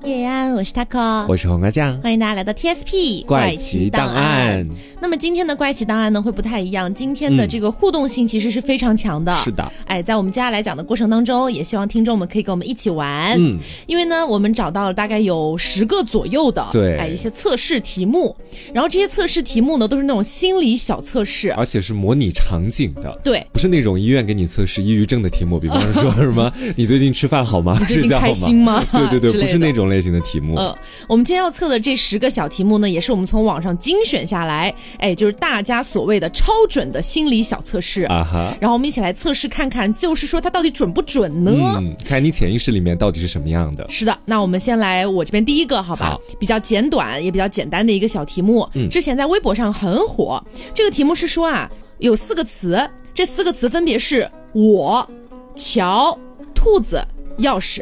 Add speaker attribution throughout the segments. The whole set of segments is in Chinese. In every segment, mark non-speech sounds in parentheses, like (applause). Speaker 1: 我是 taco，
Speaker 2: 我是黄瓜酱，
Speaker 1: 欢迎大家来到 TSP
Speaker 2: 怪奇档案。
Speaker 1: 那么今天的怪奇档案呢会不太一样，今天的这个互动性其实是非常强的。
Speaker 2: 嗯是的，
Speaker 1: 哎，在我们接下来讲的过程当中，也希望听众们可以跟我们一起玩。
Speaker 2: 嗯，
Speaker 1: 因为呢，我们找到了大概有十个左右的，
Speaker 2: 对
Speaker 1: 哎，一些测试题目。然后这些测试题目呢，都是那种心理小测试。
Speaker 2: 而且是模拟场景的，
Speaker 1: 对，
Speaker 2: 不是那种医院给你测试抑郁症的
Speaker 1: (laughs)
Speaker 2: 题目，比方说什么你最近吃饭好吗？
Speaker 1: 最
Speaker 2: 睡
Speaker 1: 近
Speaker 2: 觉
Speaker 1: 开
Speaker 2: 好
Speaker 1: 心
Speaker 2: 吗？
Speaker 1: 吗？
Speaker 2: (laughs) 对对
Speaker 1: 之
Speaker 2: 对，
Speaker 1: 类
Speaker 2: 不是
Speaker 1: 的
Speaker 2: 那种类型的题目。
Speaker 1: 呃，我们今天要测的这十个小题目呢，也是我们从网上精选下来，哎，就是大家所谓的超准的心理小测试。
Speaker 2: 啊哈，
Speaker 1: 然后我们一起来测试看看，就是说它到底准不准呢？
Speaker 2: 嗯，看你潜意识里面到底是什么样的。
Speaker 1: 是的，那我们先来我这边第一个，好吧？
Speaker 2: 好嗯
Speaker 1: 比较简短也比较简单的一个小题目，之前在微博上很火。这个题目是说啊，有四个词，这四个词分别是我、桥、兔子、钥匙。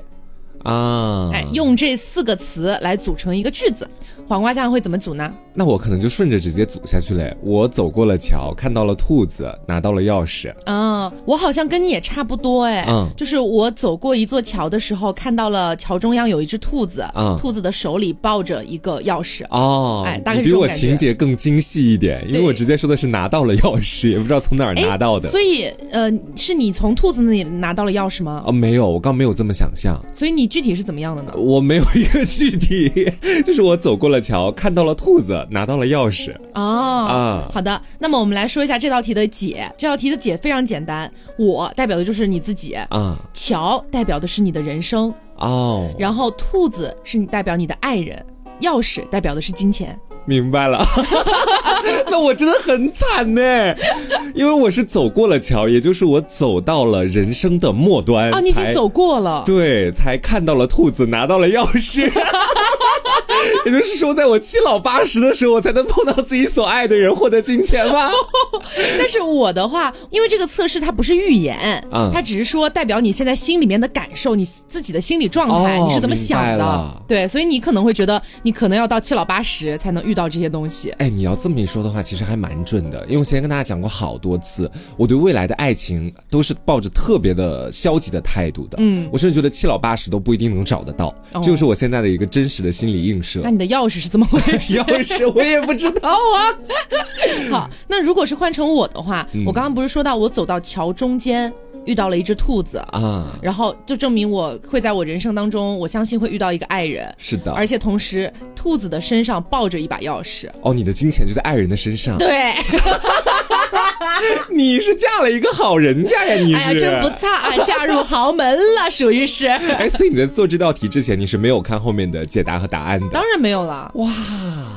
Speaker 2: 啊，
Speaker 1: 哎，用这四个词来组成一个句子。黄瓜酱会怎么组呢？
Speaker 2: 那我可能就顺着直接组下去嘞。我走过了桥，看到了兔子，拿到了钥匙。
Speaker 1: 嗯，我好像跟你也差不多哎，
Speaker 2: 嗯
Speaker 1: 就是我走过一座桥的时候，看到了桥中央有一只兔子，
Speaker 2: 嗯
Speaker 1: 兔子的手里抱着一个钥匙。
Speaker 2: 哦，
Speaker 1: 哎大概是
Speaker 2: 你比
Speaker 1: 这种
Speaker 2: 我
Speaker 1: 感
Speaker 2: 情
Speaker 1: 觉
Speaker 2: 节更精细一点，因为
Speaker 1: 对
Speaker 2: 我直接说的是拿到了钥匙，也不知道从哪儿
Speaker 1: 哎
Speaker 2: 拿到的。
Speaker 1: 所以呃，是你从兔子那里拿到了钥匙吗？
Speaker 2: 哦，没有，我刚没有这么想象，
Speaker 1: 所以你具体是怎么样的呢？
Speaker 2: 我没有一个具体，就是我走过了桥，看到了兔子，拿到了钥匙
Speaker 1: 哦，
Speaker 2: 啊。
Speaker 1: 好的，那么我们来说一下这道题的解。这道题的解非常简单，我代表的就是你自己，
Speaker 2: 啊
Speaker 1: 桥代表的是你的人生，
Speaker 2: 哦，
Speaker 1: 然后兔子是你代表你的爱人，钥匙代表的是金钱。
Speaker 2: 明白了。 (laughs) 那我真的很惨呢，因为我是走过了桥，也就是我走到了人生的末端。
Speaker 1: 哦，你已经
Speaker 2: 才
Speaker 1: 走过了。
Speaker 2: 对，才看到了兔子，拿到了钥匙。 (laughs) 也就是说，在我七老八十的时候，我才能碰到自己所爱的人，获得金钱吗？
Speaker 1: (laughs) 但是我的话，因为这个测试它不是预言，
Speaker 2: 嗯
Speaker 1: 它只是说代表你现在心里面的感受，你自己的心理状态，
Speaker 2: 哦
Speaker 1: 你是怎么想
Speaker 2: 明白
Speaker 1: 的
Speaker 2: 了？
Speaker 1: 对，所以你可能会觉得你可能要到七老八十才能遇到这些东西。
Speaker 2: 哎，你要这么一说的话，其实还蛮准的，因为我之前跟大家讲过好多次，我对未来的爱情都是抱着特别的消极的态度的。
Speaker 1: 嗯
Speaker 2: 我甚至觉得七老八十都不一定能找得到，
Speaker 1: 哦
Speaker 2: 这就是我现在的一个真实的心理
Speaker 1: (laughs)
Speaker 2: 映射
Speaker 1: 那。你的钥匙是怎么回
Speaker 2: (laughs)
Speaker 1: 事？
Speaker 2: 钥匙我也不知道啊。
Speaker 1: 好，那如果是换成我的话，
Speaker 2: 嗯
Speaker 1: 我刚刚不是说到我走到桥中间遇到了一只兔子，
Speaker 2: (laughs) 啊，
Speaker 1: 然后就证明我会在我人生当中，我相信会遇到一个爱人，
Speaker 2: 是的，
Speaker 1: 而且同时兔子的身上抱着一把钥匙。
Speaker 2: 哦，你的金钱就在爱人的身上，
Speaker 1: 对，
Speaker 2: 你是嫁了一个好人家呀，你是。
Speaker 1: 哎呀，真不差啊，嫁入豪门了，属于
Speaker 2: (laughs)
Speaker 1: 是。
Speaker 2: 哎，所以你在做这道题之前，你是没有看后面的解答和答案的
Speaker 1: 当。然没有了，
Speaker 2: 哇，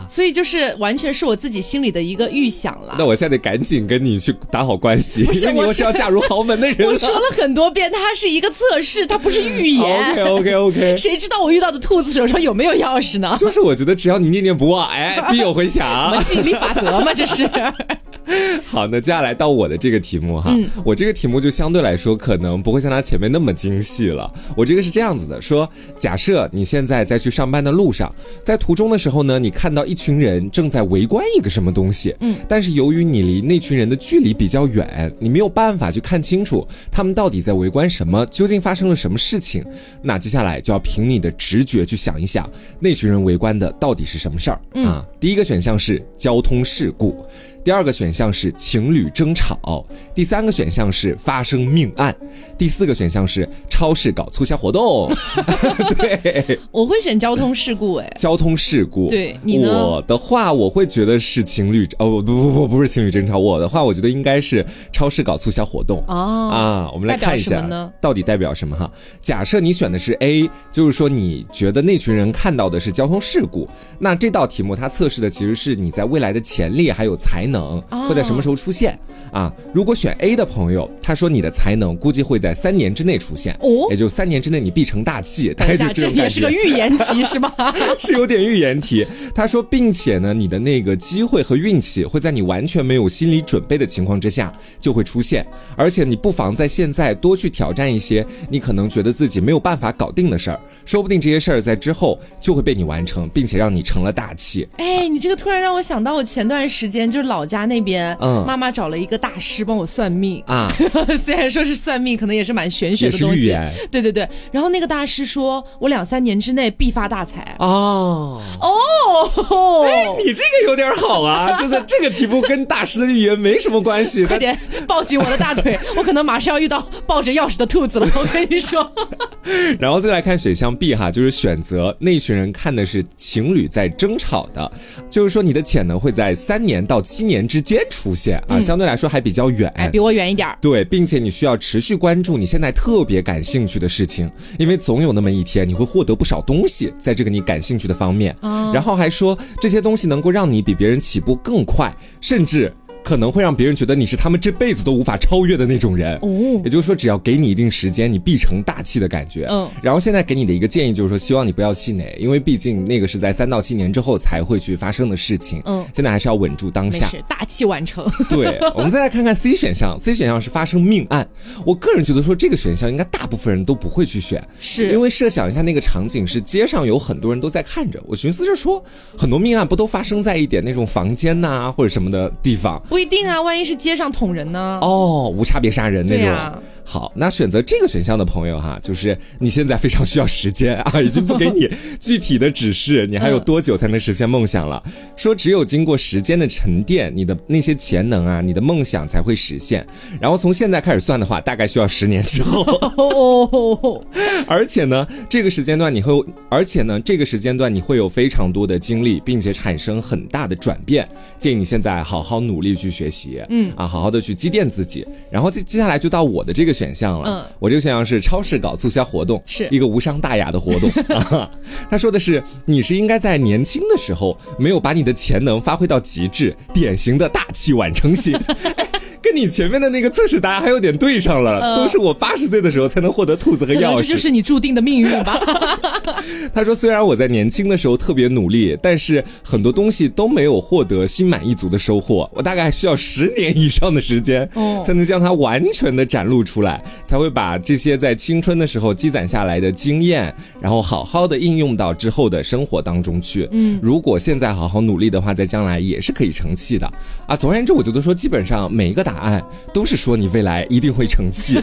Speaker 1: 所以就是完全是我自己心里的一个预想了
Speaker 2: 那。我现在得赶紧跟你去打好关系，
Speaker 1: 是
Speaker 2: 因为你
Speaker 1: 我
Speaker 2: 又
Speaker 1: 是
Speaker 2: 是要嫁入豪门的
Speaker 1: (laughs)
Speaker 2: 人
Speaker 1: 我
Speaker 2: 了。
Speaker 1: 说了很多遍，它是一个测试，它不是预
Speaker 2: (laughs) OK
Speaker 1: 言。(laughs)
Speaker 2: OK OK，
Speaker 1: 谁知道我遇到的兔子手上有没有钥匙
Speaker 2: (laughs)
Speaker 1: 呢？
Speaker 2: 就是我觉得只要你念念不忘，哎，必有回响
Speaker 1: (laughs) 什么。吸引力法则嘛，这
Speaker 2: (laughs)
Speaker 1: 是。
Speaker 2: 好，那接下来到我的这个题目哈，我这个题目就相对来说可能不会像他前面那么精细了。我这个是这样子的，说假设你现在在去上班的路上，在途中的时候呢，你看到一群人正在围观一个什么东西，嗯，但是由于你离那群人的距离比较远，你没有办法去看清楚他们到底在围观什么，究竟发生了什么事情。那接下来就要凭你的直觉去想一想，那群人围观的到底是什么事儿、啊？第一个选项是交通事故。第二个选项是情侣争吵，第三个选项是发生命案，第四个选项是超市搞促销
Speaker 1: (laughs)
Speaker 2: 活动。对，
Speaker 1: 我会选交通事故，哎，
Speaker 2: 交通事故。
Speaker 1: 对你呢
Speaker 2: 我的话，我会觉得是情侣哦，不不不，不是情侣争吵。我的话，我觉得应该是超市搞促销活动。
Speaker 1: 哦，
Speaker 2: 啊，我们来看一
Speaker 1: 代表
Speaker 2: 下
Speaker 1: 什么呢
Speaker 2: 到底代表什么哈？假设你选的是 A，就是说你觉得那群人看到的是交通事故，那这道题目它测试的其实是你在未来的潜力还有才能
Speaker 1: 哦
Speaker 2: 会在什么时候出现、啊？如果选 A 的朋友，他说你的才能估计会在三年之内出现，
Speaker 1: 哦
Speaker 2: 也就三年之内你必成大器，大
Speaker 1: 等
Speaker 2: 概
Speaker 1: 一下，
Speaker 2: 就哎这
Speaker 1: 这
Speaker 2: 种感
Speaker 1: 也
Speaker 2: 觉
Speaker 1: 是。个预言题是
Speaker 2: (laughs)
Speaker 1: 吗？
Speaker 2: 是有点预言题。他说，并且呢，你的那个机会和运气会在你完全没有心理准备的情况之下就会出现，而且你不妨在现在多去挑战一些你可能觉得自己没有办法搞定的事儿，说不定这些事儿在之后就会被你完成，并且让你成了大器。
Speaker 1: 哎，你这个突然让我想到，我前段时间就是老老家那边，
Speaker 2: 嗯
Speaker 1: 妈妈找了一个大师帮我算命。
Speaker 2: 啊， (laughs)
Speaker 1: 虽然说是算命，可能也是蛮玄学
Speaker 2: 也
Speaker 1: 的
Speaker 2: 是
Speaker 1: 东
Speaker 2: 预
Speaker 1: 西。
Speaker 2: 言
Speaker 1: 对对对，然后那个大师说，我两三年之内必发大财。
Speaker 2: 哦。
Speaker 1: 哦，
Speaker 2: (laughs) 你这个有点好啊，真的，这个题目跟大师的预言没什么关系。
Speaker 1: 快点抱紧我的大腿，我可能马上要遇到抱着钥匙的兔子了。我跟你说，
Speaker 2: 然后再来看选项 B 哈，就是选择那群人看的是情侣在争吵的，就是说你的潜能会在三年到七年之间出现啊，相对来说还比较远。
Speaker 1: 哎，比我远一点儿。
Speaker 2: 对，并且你需要持续关注你现在特别感兴趣的事情，因为总有那么一天你会获得不少东西，在这个你感兴趣的方面。
Speaker 1: 哦
Speaker 2: 然后还说这些东西能够让你比别人起步更快，甚至。可能会让别人觉得你是他们这辈子都无法超越的那种人。
Speaker 1: 哦
Speaker 2: 也就是说，只要给你一定时间，你必成大器的感觉。
Speaker 1: 嗯
Speaker 2: 然后现在给你的一个建议就是说，希望你不要气馁，因为毕竟那个是在三到七年之后才会去发生的事情。
Speaker 1: 嗯
Speaker 2: 现在还是要稳住当
Speaker 1: 没
Speaker 2: 下。
Speaker 1: 事，大器晚成。
Speaker 2: (laughs) 对，我们再来看看 C 选项，C 选项是发生命案。我个人觉得说这个选项应该大部分人都不会去选，
Speaker 1: 是
Speaker 2: 因为设想一下那个场景是街上有很多人都在看着。我寻思着说，很多命案不都发生在一点那种房间呐、或者什么的地方？
Speaker 1: 不一定啊，万一是街上捅人呢？
Speaker 2: 哦，无差别杀人那
Speaker 1: 对
Speaker 2: 种。
Speaker 1: 呀
Speaker 2: 好，那选择这个选项的朋友哈，就是你现在非常需要时间啊， (laughs) 已经不给你具体的指示，你还有多久才能实现梦想了？说只有经过时间的沉淀，你的那些潜能啊，你的梦想才会实现。然后从现在开始算的话，大概需要十年之后。
Speaker 1: 哦哦哦，
Speaker 2: (laughs) 而且呢，这个时间段你会有，而且呢，这个时间段你会有非常多的经历，并且产生很大的转变。建议你现在好好努力去学习，嗯啊，好好的去积淀自己。然后接接下来就到我的这个选项了，
Speaker 1: 嗯
Speaker 2: 我这个选项是超市搞促销活动，
Speaker 1: 是
Speaker 2: 一个无伤大雅
Speaker 1: (laughs)
Speaker 2: 的活动。 (laughs) 啊他说的是，你是应该在年轻的时候没有把你的潜能发挥到极致，典型的大器晚成
Speaker 1: (laughs)
Speaker 2: 型。哎跟你前面的那个测试答案还有点对上了，都是我八十岁的时候才能获得兔子和
Speaker 1: 嗯可能
Speaker 2: 钥匙。
Speaker 1: 这就是你注定的命运吧。
Speaker 2: 他说：“虽然我在年轻的时候特别努力，但是很多东西都没有获得心满意足的收获。我大概需要十年以上的时间
Speaker 1: 哦，
Speaker 2: 才能将它完全的展露出来，才会把这些在青春的时候积攒下来的经验，然后好好的应用到之后的生活当中去。嗯，如果现在好好努力的话，在将来也是可以成器的啊。总而言之，我觉得说，基本上每一个答案都是说你未来一定会
Speaker 1: (laughs)
Speaker 2: 成器，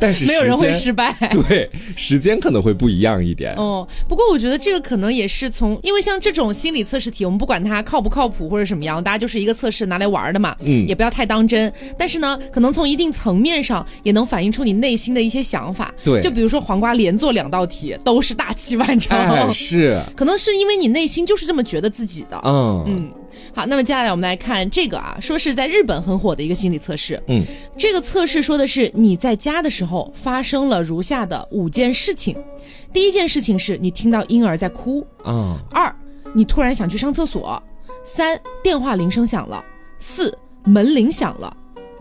Speaker 2: 但是
Speaker 1: 没有人会
Speaker 2: 时间
Speaker 1: 失败。
Speaker 2: 对时间可能会不一样一点。
Speaker 1: 哦，不过我觉得这个可能也是从，因为像这种心理测试题，我们不管它靠不靠谱或者什么样，大家就是一个测试拿来玩儿的嘛，
Speaker 2: 嗯
Speaker 1: 也不要太当真。但是呢，可能从一定层面上也能反映出你内心的一些想法。
Speaker 2: 对
Speaker 1: 就比如说黄瓜连做两道题都是大器晚成，
Speaker 2: (laughs) 哎，是。”
Speaker 1: 可能是因为你内心就是这么觉得自己的。
Speaker 2: 嗯，
Speaker 1: 好，那么接下来我们来看这个啊，说是在日本很火的一个心理测试。
Speaker 2: 嗯，
Speaker 1: 这个测试说的是你在家的时候发生了如下的五件事情：第一件事情是你听到婴儿在哭；
Speaker 2: 啊，
Speaker 1: 二，你突然想去上厕所；三，电话铃声响了；四，门铃响了；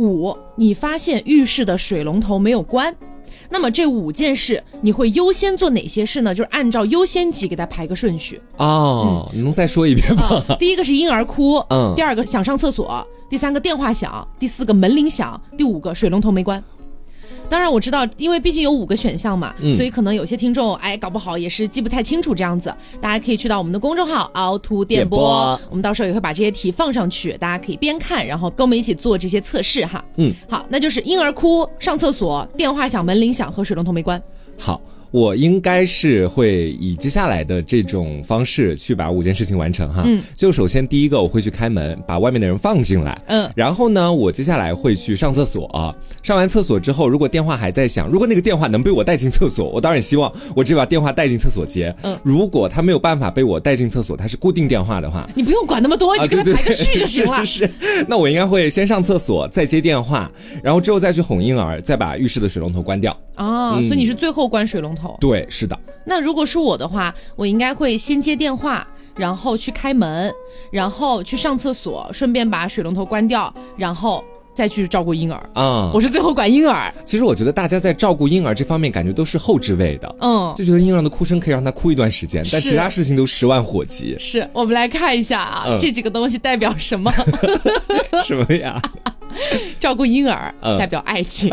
Speaker 1: 五，你发现浴室的水龙头没有关。那么这五件事，你会优先做哪些事呢？就是按照优先级给它排个顺序。
Speaker 2: 哦，你能再说一遍吗？
Speaker 1: 第一个是婴儿哭，
Speaker 2: 嗯
Speaker 1: 第二个想上厕所，第三个电话响，第四个门铃响，第五个水龙头没关。当然我知道，因为毕竟有五个选项嘛，
Speaker 2: 嗯
Speaker 1: 所以可能有些听众哎搞不好也是记不太清楚这样子。大家可以去到我们的公众号“凹凸电波”，
Speaker 2: 电波
Speaker 1: 我们到时候也会把这些题放上去，大家可以边看，然后跟我们一起做这些测试哈。
Speaker 2: 嗯，
Speaker 1: 好，那就是婴儿哭、上厕所、电话响、门铃响和水龙头没关。
Speaker 2: 好，我应该是会以接下来的这种方式去把五件事情完成哈。嗯，就首先第一个，我会去开门，把外面的人放进来。
Speaker 1: 嗯，
Speaker 2: 然后呢，我接下来会去上厕所、上完厕所之后，如果电话还在响，如果那个电话能被我带进厕所，我当然希望我只把电话带进厕所接。
Speaker 1: 嗯
Speaker 2: 如果他没有办法被我带进厕所，他是固定电话的话，
Speaker 1: 你不用管那么多，你
Speaker 2: 啊，
Speaker 1: 就给
Speaker 2: 对对
Speaker 1: 他排个
Speaker 2: 对，
Speaker 1: 序就行
Speaker 2: (laughs)
Speaker 1: 了。
Speaker 2: 是是是，那我应该会先上厕所，再接电话，然后之后再去哄婴儿，再把浴室的水龙头关掉。
Speaker 1: 啊，所以
Speaker 2: 嗯
Speaker 1: 你是最后关水龙头。
Speaker 2: 对，是的，
Speaker 1: 那如果是我的话，我应该会先接电话，然后去开门，然后去上厕所，顺便把水龙头关掉，然后再去照顾婴儿。
Speaker 2: 啊、
Speaker 1: 我是最后管婴儿，
Speaker 2: 其实我觉得大家在照顾婴儿这方面，感觉都是后置位的。
Speaker 1: 嗯。
Speaker 2: 就觉得婴儿的哭声可以让他哭一段时间，但
Speaker 1: 是，
Speaker 2: 其他事情都十万火急
Speaker 1: (laughs) 是我们来看一下啊，
Speaker 2: 嗯
Speaker 1: 这几个东西代表什么？
Speaker 2: 什么呀？
Speaker 1: 照顾婴儿、
Speaker 2: 嗯 (laughs)
Speaker 1: 代表爱情，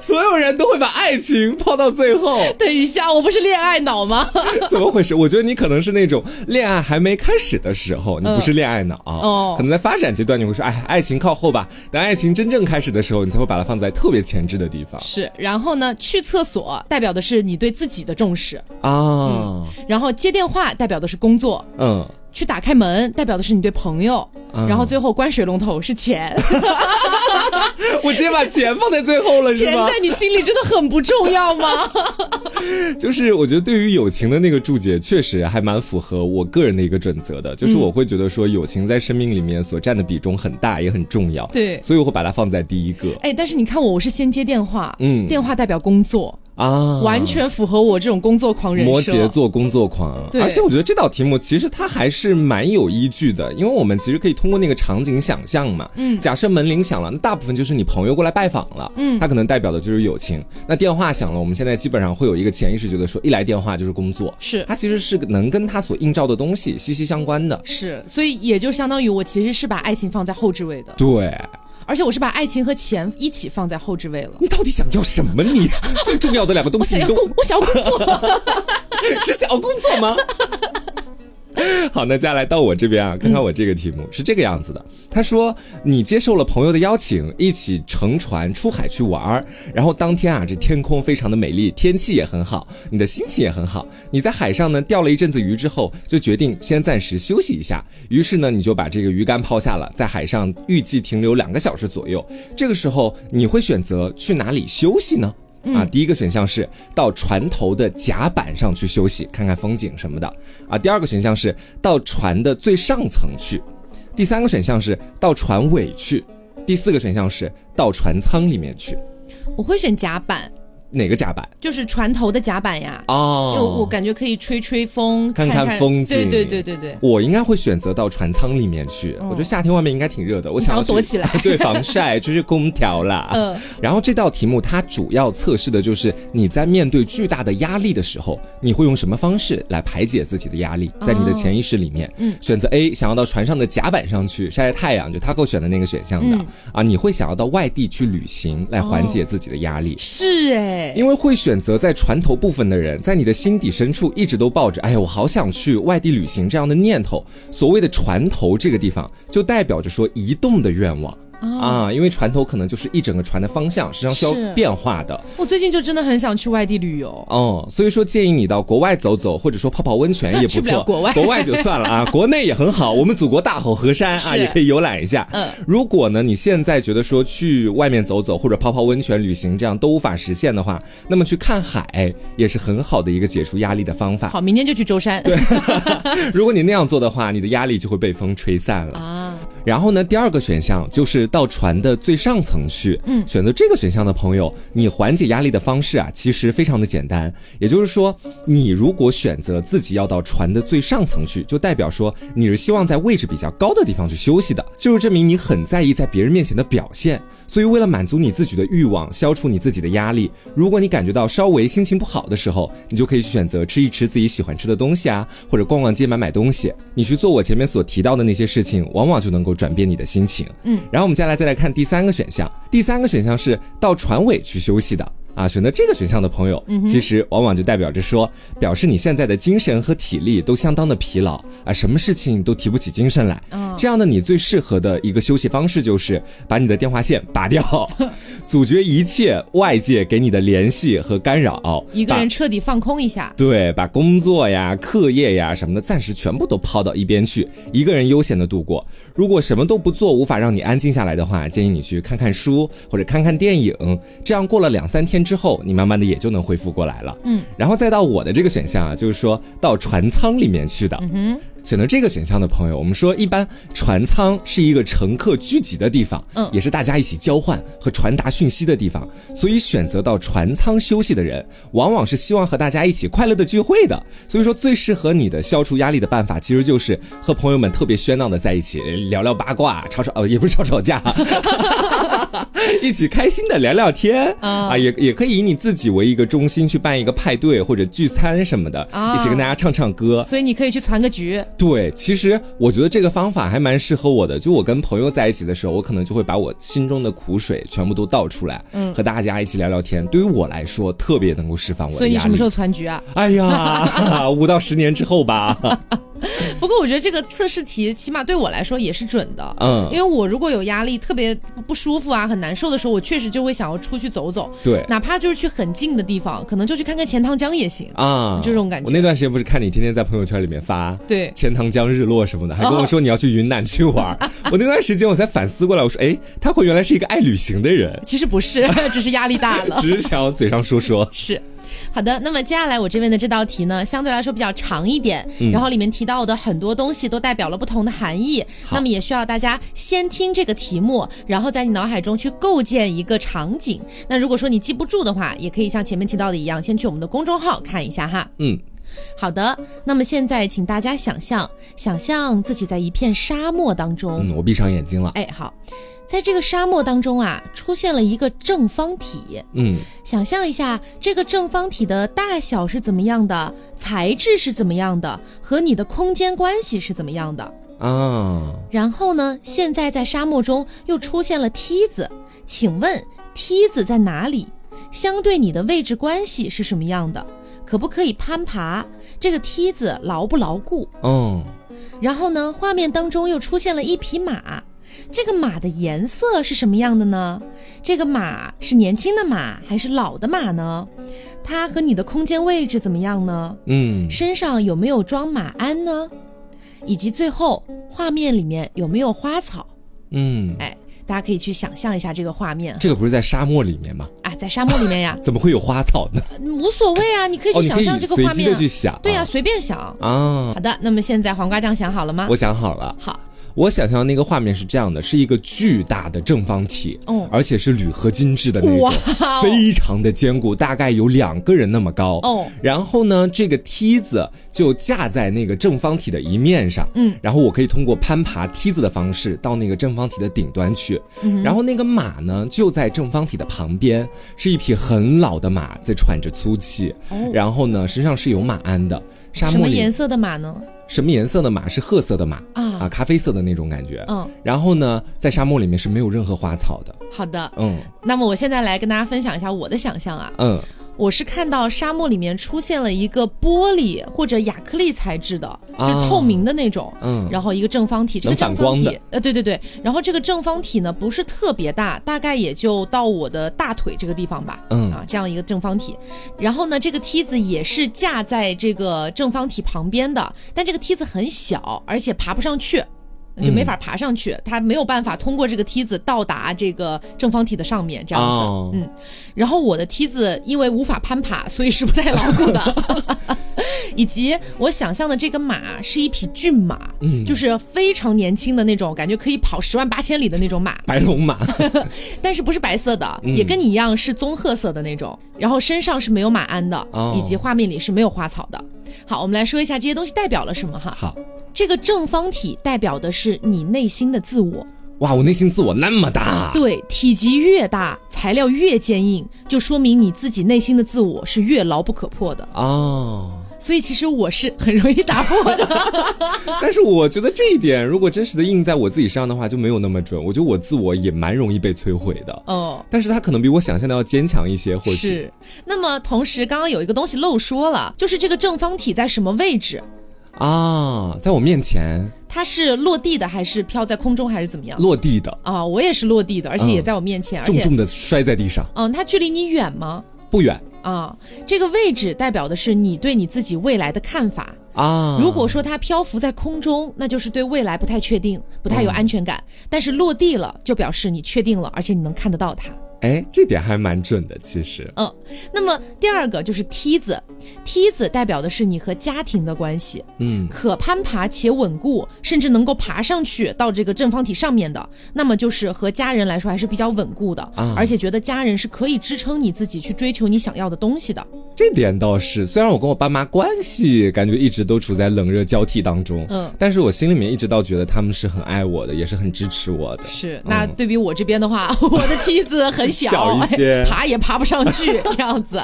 Speaker 2: 所有人都会把爱情抛到最后。
Speaker 1: (laughs) 等一下，我不是恋爱脑吗？
Speaker 2: 怎么回事？我觉得你可能是那种恋爱还没开始的时候，你不是恋爱脑，
Speaker 1: 嗯哦
Speaker 2: 可能在发展阶段你会说，哎，爱情靠后吧。等爱情真正开始的时候，你才会把它放在特别前置的地方
Speaker 1: 是，然后呢，去厕所代表的是你对自己的重视，
Speaker 2: 啊。
Speaker 1: 然后接电话代表的是工作，
Speaker 2: 嗯，
Speaker 1: 去打开门代表的是你对朋友，
Speaker 2: 嗯
Speaker 1: 然后最后关水龙头是钱，
Speaker 2: 我直接把钱放在最后了，是
Speaker 1: 钱
Speaker 2: 吗？
Speaker 1: 在你心里真的很不重要吗？
Speaker 2: 就是我觉得对于友情的那个注解，确实还蛮符合我个人的一个准则的，
Speaker 1: 嗯
Speaker 2: 就是我会觉得说友情在生命里面所占的比重很大，也很重要。
Speaker 1: 对
Speaker 2: 所以我会把它放在第一个
Speaker 1: (laughs) 哎，但是你看我，我是先接电话，
Speaker 2: 嗯
Speaker 1: 电话代表工作，
Speaker 2: 啊，
Speaker 1: 完全符合我这种工作狂人设。
Speaker 2: 摩羯座工作狂，
Speaker 1: 对
Speaker 2: 而且我觉得这道题目其实它还是蛮有依据的，因为我们其实可以通过那个场景想象嘛。嗯，假设门铃响了，那大部分就是你朋友过来拜访了，嗯，它可能代表的就是友情。那电话响了，我们现在基本上会有一个潜意识觉得说，一来电话就是工作，
Speaker 1: 是
Speaker 2: 它其实是能跟它所映照的东西息息相关的。
Speaker 1: 是，所以也就相当于我其实是把爱情放在后置位的，
Speaker 2: 对
Speaker 1: 而且我是把爱情和钱一起放在后置位了。
Speaker 2: 你到底想要什么你？ (laughs) 最重要的两个东
Speaker 1: 我
Speaker 2: 西，
Speaker 1: 想
Speaker 2: 你
Speaker 1: 要
Speaker 2: 都
Speaker 1: 工，我想要工 (laughs) 作。
Speaker 2: (laughs) 只想要工作吗？好，那接下来到我这边啊，看看我这个题目、是这个样子的。他说，你接受了朋友的邀请，一起乘船出海去玩儿，然后当天啊，这天空非常的美丽，天气也很好，你的心情也很好。你在海上呢钓了一阵子鱼之后，就决定先暂时休息一下。于是呢，你就把这个鱼竿抛下了，在海上预计停留两个小时左右。这个时候，你会选择去哪里休息呢？啊，第一个选项是到船头的甲板上去休息，看看风景什么的。啊，第二个选项是到船的最上层去，第三个选项是到船尾去，第四个选项是到船舱里面去。
Speaker 1: 我会选甲板，
Speaker 2: 哪个甲板？
Speaker 1: 就是船头的甲板呀，因为
Speaker 2: 哦，
Speaker 1: 我感觉可以吹吹风，
Speaker 2: 看
Speaker 1: 看
Speaker 2: 看风景
Speaker 1: 对对对对对。
Speaker 2: 我应该会选择到船舱里面去。我觉得夏天外面应该挺热的，我
Speaker 1: 你想
Speaker 2: 想
Speaker 1: 要
Speaker 2: 去
Speaker 1: 躲起来
Speaker 2: (laughs) 对，防晒，就是空调啦。
Speaker 1: 嗯
Speaker 2: 然后这道题目它主要测试的就是你在面对巨大的压力的时候，你会用什么方式来排解自己的压力，在你的潜意识里面。
Speaker 1: 嗯
Speaker 2: 选择 A，想要到船上的甲板上去晒晒太阳，就 Taco 选的那个选项
Speaker 1: 嗯
Speaker 2: 的、啊，你会想要到外地去旅行来缓
Speaker 1: 哦
Speaker 2: 解自己的压力。
Speaker 1: 是哎、
Speaker 2: 因为会选择在船头部分的人，在你的心底深处一直都抱着“哎呀，我好想去外地旅行”这样的念头。所谓的船头这个地方，就代表着说移动的愿望。啊，因为船头可能就是一整个船的方向，实际上是
Speaker 1: 是
Speaker 2: 要变化的
Speaker 1: 我最近就真的很想去外地旅游，
Speaker 2: 哦、所以说建议你到国外走走，或者说泡泡温
Speaker 1: (laughs)
Speaker 2: 泉也
Speaker 1: 去
Speaker 2: 不
Speaker 1: 不了
Speaker 2: 错。
Speaker 1: 国
Speaker 2: (laughs)
Speaker 1: 外
Speaker 2: 就算了
Speaker 1: (laughs)
Speaker 2: 啊，国内也很好，我们祖国大好河山啊，
Speaker 1: 是
Speaker 2: 也可以游览一下。
Speaker 1: 嗯
Speaker 2: 如果呢你现在觉得说去外面走走或者泡泡温泉旅行这样都无法实现的话，那么去看海也是很好的一个解除压力的方法。
Speaker 1: 好，明天就去舟山。对
Speaker 2: 如果你那样做的话，你的压力就会被风吹散了。
Speaker 1: 啊，
Speaker 2: 然后呢，第二个选项就是到船的最上层去。嗯，选择这个选项的朋友，你缓解压力的方式啊，其实非常的简单。也就是说，你如果选择自己要到船的最上层去，就代表说你是希望在位置比较高的地方去休息的，就是证明你很在意在别人面前的表现。所以，为了满足你自己的欲望，消除你自己的压力，如果你感觉到稍微心情不好的时候，你就可以去选择吃一吃自己喜欢吃的东西啊，或者逛逛街买买东西。你去做我前面所提到的那些事情，往往就能够转变你的心情。嗯，然后我们接下来再来看第三个选项，第三个选项是到船尾去休息的。啊，选择这个选项的朋友，
Speaker 1: 嗯
Speaker 2: 其实往往就代表着说，表示你现在的精神和体力都相当的疲劳啊，什么事情都提不起精神来。
Speaker 1: 嗯
Speaker 2: 这样的你最适合的一个休息方式就是把你的电话线
Speaker 1: (laughs)
Speaker 2: 拔掉，阻绝一切外界给你的联系和干扰，
Speaker 1: 一个
Speaker 2: 把
Speaker 1: 人彻底放空一下，
Speaker 2: 对，把工作呀、课业呀什么的暂时全部都抛到一边去，一个人悠闲的度过。如果什么都不做，无法让你安静下来的话，建议你去看看书或者看看电影，这样过了两三天之后，你慢慢的也就能恢复过来了。嗯，然后再到我的这个选项啊，就是说到船舱里面去的。嗯选择这个选项的朋友，我们说一般船舱是一个乘客聚集的地方，
Speaker 1: 嗯
Speaker 2: 也是大家一起交换和传达讯息的地方，所以选择到船舱休息的人，往往是希望和大家一起快乐的聚会的。所以说，最适合你的消除压力的办法，其实就是和朋友们特别喧闹的在一起聊聊八卦，吵吵呃，也不是吵吵架， (laughs) 一起开心的聊聊天、
Speaker 1: 啊
Speaker 2: 啊，也也可以以你自己为一个中心去办一个派对或者聚餐什么的，
Speaker 1: 啊
Speaker 2: 一起跟大家唱唱歌。
Speaker 1: 所以你可以去攒个局，
Speaker 2: 对，其实我觉得这个方法还蛮适合我的。就我跟朋友在一起的时候，我可能就会把我心中的苦水全部都倒出来，嗯，和大家一起聊聊天。对于我来说，特别能够释放我
Speaker 1: 所
Speaker 2: 的
Speaker 1: 以你
Speaker 2: 压
Speaker 1: 什么
Speaker 2: 力
Speaker 1: 时。候攒局啊？
Speaker 2: 哎
Speaker 1: (laughs)
Speaker 2: 呀，五到十年之后吧，
Speaker 1: 不过我觉得这个测试题起码对我来说也是准的，
Speaker 2: 嗯
Speaker 1: 因为我如果有压力、特别不舒服啊、很难受的时候，我确实就会想要出去走走，
Speaker 2: 对
Speaker 1: 哪怕就是去很近的地方，可能就去看看钱塘江也行。
Speaker 2: 啊，
Speaker 1: 这种感觉
Speaker 2: 我那段时间不是看你天天在朋友圈里面发
Speaker 1: 对
Speaker 2: 钱塘江日落什么的，还跟
Speaker 1: 哦
Speaker 2: 我说你要去云南去玩儿。
Speaker 1: (laughs)
Speaker 2: 我那段时间我才反思过来，我说哎，他会原来是一个爱旅行的人，
Speaker 1: (laughs) 其实不是，只是压力大了。
Speaker 2: 只是想要嘴上说说。
Speaker 1: 是。好的，那么接下来我这边的这道题呢，相对来说比较长一点，然后里面提到的很多东西都代表了不同的含义。那么也需要大家先听这个题目，然后在你脑海中去构建一个场景。那如果说你记不住的话，也可以像前面提到的一样，先去我们的公众号看一下哈。
Speaker 2: 嗯，
Speaker 1: 好的，那么现在请大家想象，想象自己在一片沙漠当中，
Speaker 2: 嗯，我闭上眼睛了。
Speaker 1: 哎，好，在这个沙漠当中啊，出现了一个正方体。
Speaker 2: 嗯，
Speaker 1: 想象一下，这个正方体的大小是怎么样的，材质是怎么样的，和你的空间关系是怎么样的。
Speaker 2: 啊，
Speaker 1: 然后呢，现在在沙漠中又出现了梯子，请问梯子在哪里？相对你的位置关系是什么样的？可不可以攀爬？这个梯子牢不牢固？
Speaker 2: 嗯，
Speaker 1: 然后呢，画面当中又出现了一匹马，这个马的颜色是什么样的呢？这个马是年轻的马还是老的马呢？它和你的空间位置怎么样呢？
Speaker 2: 嗯，
Speaker 1: 身上有没有装马鞍呢？以及最后画面里面有没有花草？
Speaker 2: 嗯，
Speaker 1: 哎，大家可以去想象一下这个画面
Speaker 2: 这个不是在沙漠里面吗？，
Speaker 1: 啊，在沙漠里面呀 (laughs)
Speaker 2: 怎么会有花草呢？
Speaker 1: 无所谓啊，你可以
Speaker 2: 哦，
Speaker 1: 去
Speaker 2: 你可
Speaker 1: 想象
Speaker 2: 以
Speaker 1: 这个
Speaker 2: 随
Speaker 1: 画
Speaker 2: 机
Speaker 1: 面
Speaker 2: 的
Speaker 1: 啊，
Speaker 2: 去想。
Speaker 1: 对呀、随便想。
Speaker 2: 啊，
Speaker 1: 好的，那么现在黄瓜酱想好了吗
Speaker 2: 我？想好了。
Speaker 1: 好，
Speaker 2: 我想象那个画面是这样的，是一个巨大的正方体，
Speaker 1: 嗯
Speaker 2: 而且是铝合金制的那种，
Speaker 1: 哇哦
Speaker 2: 非常的坚固，大概有两个人那么高。
Speaker 1: 哦
Speaker 2: 然后呢，这个梯子就架在那个正方体的一面上，
Speaker 1: 嗯，
Speaker 2: 然后我可以通过攀爬梯子的方式到那个正方体的顶端去。
Speaker 1: 嗯
Speaker 2: 然后那个马呢，就在正方体的旁边，是一匹很老的马，在喘着粗气，
Speaker 1: 哦
Speaker 2: 然后呢，身上是有马鞍的。沙
Speaker 1: 什
Speaker 2: 漠
Speaker 1: 么
Speaker 2: 里
Speaker 1: 颜色的马呢？
Speaker 2: 什么颜色的马是褐色的马
Speaker 1: 啊
Speaker 2: 咖啡色的那种感觉。
Speaker 1: 嗯，
Speaker 2: 然后呢，在沙漠里面是没有任何花草的。
Speaker 1: 好的，
Speaker 2: 嗯
Speaker 1: 那么我现在来跟大家分享一下我的想象啊，
Speaker 2: 嗯
Speaker 1: 我是看到沙漠里面出现了一个玻璃或者亚克力材质的，就是透明的那种。
Speaker 2: 嗯，
Speaker 1: 然后一个正方体，这个
Speaker 2: 能反
Speaker 1: 正方
Speaker 2: 光的
Speaker 1: 体，呃，对对对，然后这个正方体呢不是特别大，大概也就到我的大腿这个地方吧，
Speaker 2: 嗯
Speaker 1: 啊，这样一个正方体。然后呢，这个梯子也是架在这个正方体旁边的，但这个梯子很小，而且爬不上去。就
Speaker 2: 嗯
Speaker 1: 没法爬上去，它没有办法通过这个梯子到达这个正方体的上面，这样子。
Speaker 2: 哦
Speaker 1: 嗯，然后我的梯子因为无法攀爬，所以是不太牢固的。以及我想象的这个马是一匹骏马，嗯，就是非常年轻的那种，感觉可以跑十万八千里的那种马，
Speaker 2: 白龙马，
Speaker 1: 但是不是白色的，也跟你一样是棕褐色的那种，然后身上是没有马鞍的，
Speaker 2: 哦
Speaker 1: 以及画面里是没有花草的。好，我们来说一下这些东西代表了什么哈。
Speaker 2: (laughs) 好
Speaker 1: 这个正方体代表的是你内心的自我，
Speaker 2: 哇，我内心自我那么大，啊
Speaker 1: 对，体积越大，材料越坚硬，就说明你自己内心的自我是越牢不可破的。
Speaker 2: 哦，
Speaker 1: 所以其实我是很容易打破
Speaker 2: (laughs)
Speaker 1: 的。
Speaker 2: 但是我觉得这一点如果真实的印在我自己身上的话，就没有那么准。我觉得我自我也蛮容易被摧毁的，
Speaker 1: (laughs) 哦，
Speaker 2: 但是它可能比我想象的要坚强一些，或许
Speaker 1: 是。那么同时，刚刚有一个东西漏说了，就是这个正方体在什么位置？
Speaker 2: 啊，在我面前
Speaker 1: 它是落地的，还是飘在空中，还是怎么样？
Speaker 2: 落地的，
Speaker 1: 啊，我也是落地的，而且也
Speaker 2: 嗯
Speaker 1: 在我面前，而
Speaker 2: 重
Speaker 1: 且，
Speaker 2: 重的摔在地上，
Speaker 1: 嗯，它距离你远吗？
Speaker 2: 不远
Speaker 1: 啊，这个位置代表的是你对你自己未来的看法。
Speaker 2: 啊。
Speaker 1: 如果说它漂浮在空中，那就是对未来不太确定，不太有安全感；但是落地了，就表示你确定了，而且你能看得到它。
Speaker 2: 哎，这点还蛮准的，其实。
Speaker 1: 嗯，那么第二个就是梯子，梯子代表的是你和家庭的关系，
Speaker 2: 嗯，
Speaker 1: 可攀爬且稳固，甚至能够爬上去到这个正方体上面的，那么就是和家人来说还是比较稳固的，
Speaker 2: 啊
Speaker 1: 而且觉得家人是可以支撑你自己去追求你想要的东西的。
Speaker 2: 这点倒是，虽然我跟我爸妈关系感觉一直都处在冷热交替当中，
Speaker 1: 嗯
Speaker 2: 但是我心里面一直倒觉得他们是很爱我的，也是很支持我的。
Speaker 1: 是，那对比我这边的话， (laughs) 我的梯子很
Speaker 2: 嗯小一些
Speaker 1: (laughs) 爬也爬不上去，
Speaker 2: (laughs)
Speaker 1: 这样子。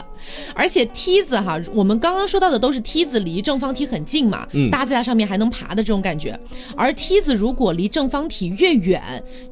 Speaker 1: 而且梯子哈，我们刚刚说到的都是梯子离正方体很近嘛，
Speaker 2: 嗯
Speaker 1: 大自然上面还能爬的这种感觉。而梯子如果离正方体越远，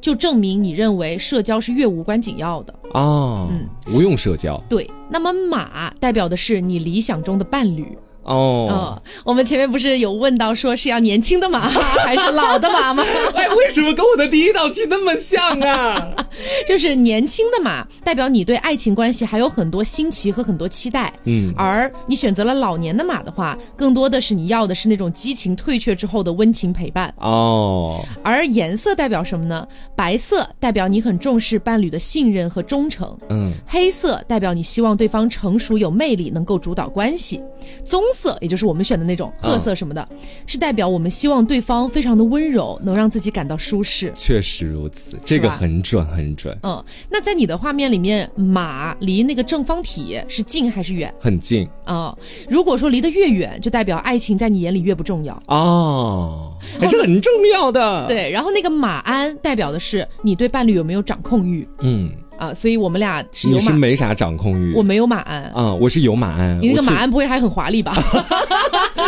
Speaker 1: 就证明你认为社交是越无关紧要的。
Speaker 2: 哦，
Speaker 1: 嗯
Speaker 2: 无用社交
Speaker 1: 对，那么马代表的是你理想中的伴侣。
Speaker 2: 哦。
Speaker 1: 嗯，我们前面不是有问到说是要年轻的马还是老的马吗？
Speaker 2: 哎，为什么跟我的第一道题那么像啊？
Speaker 1: (laughs) 就是年轻的马代表你对爱情关系还有很多新奇和很多期待。
Speaker 2: 嗯，
Speaker 1: 而你选择了老年的马的话，更多的是你要的是那种激情退却之后的温情陪伴。
Speaker 2: 哦，
Speaker 1: 而颜色代表什么呢？白色代表你很重视伴侣的信任和忠诚，
Speaker 2: 嗯，
Speaker 1: 黑色代表你希望对方成熟有魅力，能够主导关系。棕色，也就是我们选的那种褐色什么的，是代表我们希望对方非常的温柔，能让自己感到舒适。
Speaker 2: 确实如此，这个
Speaker 1: 是吧
Speaker 2: 很准，很准，
Speaker 1: 嗯，那在你的画面里面，马离那个正方体是近还是远
Speaker 2: 很近
Speaker 1: 啊、如果说离得越远，就代表爱情在你眼里越不重要。
Speaker 2: 哦，还是很重要的。，
Speaker 1: 对，然后那个马鞍代表的是你对伴侣有没有掌控欲
Speaker 2: 嗯，
Speaker 1: 啊、所以我们俩是有
Speaker 2: 你是
Speaker 1: 马，
Speaker 2: 没啥掌控欲，
Speaker 1: 我没有马鞍。
Speaker 2: 啊、我是有马鞍，
Speaker 1: 你那个
Speaker 2: 我是
Speaker 1: 马鞍不会还很华丽
Speaker 2: (laughs)
Speaker 1: 吧？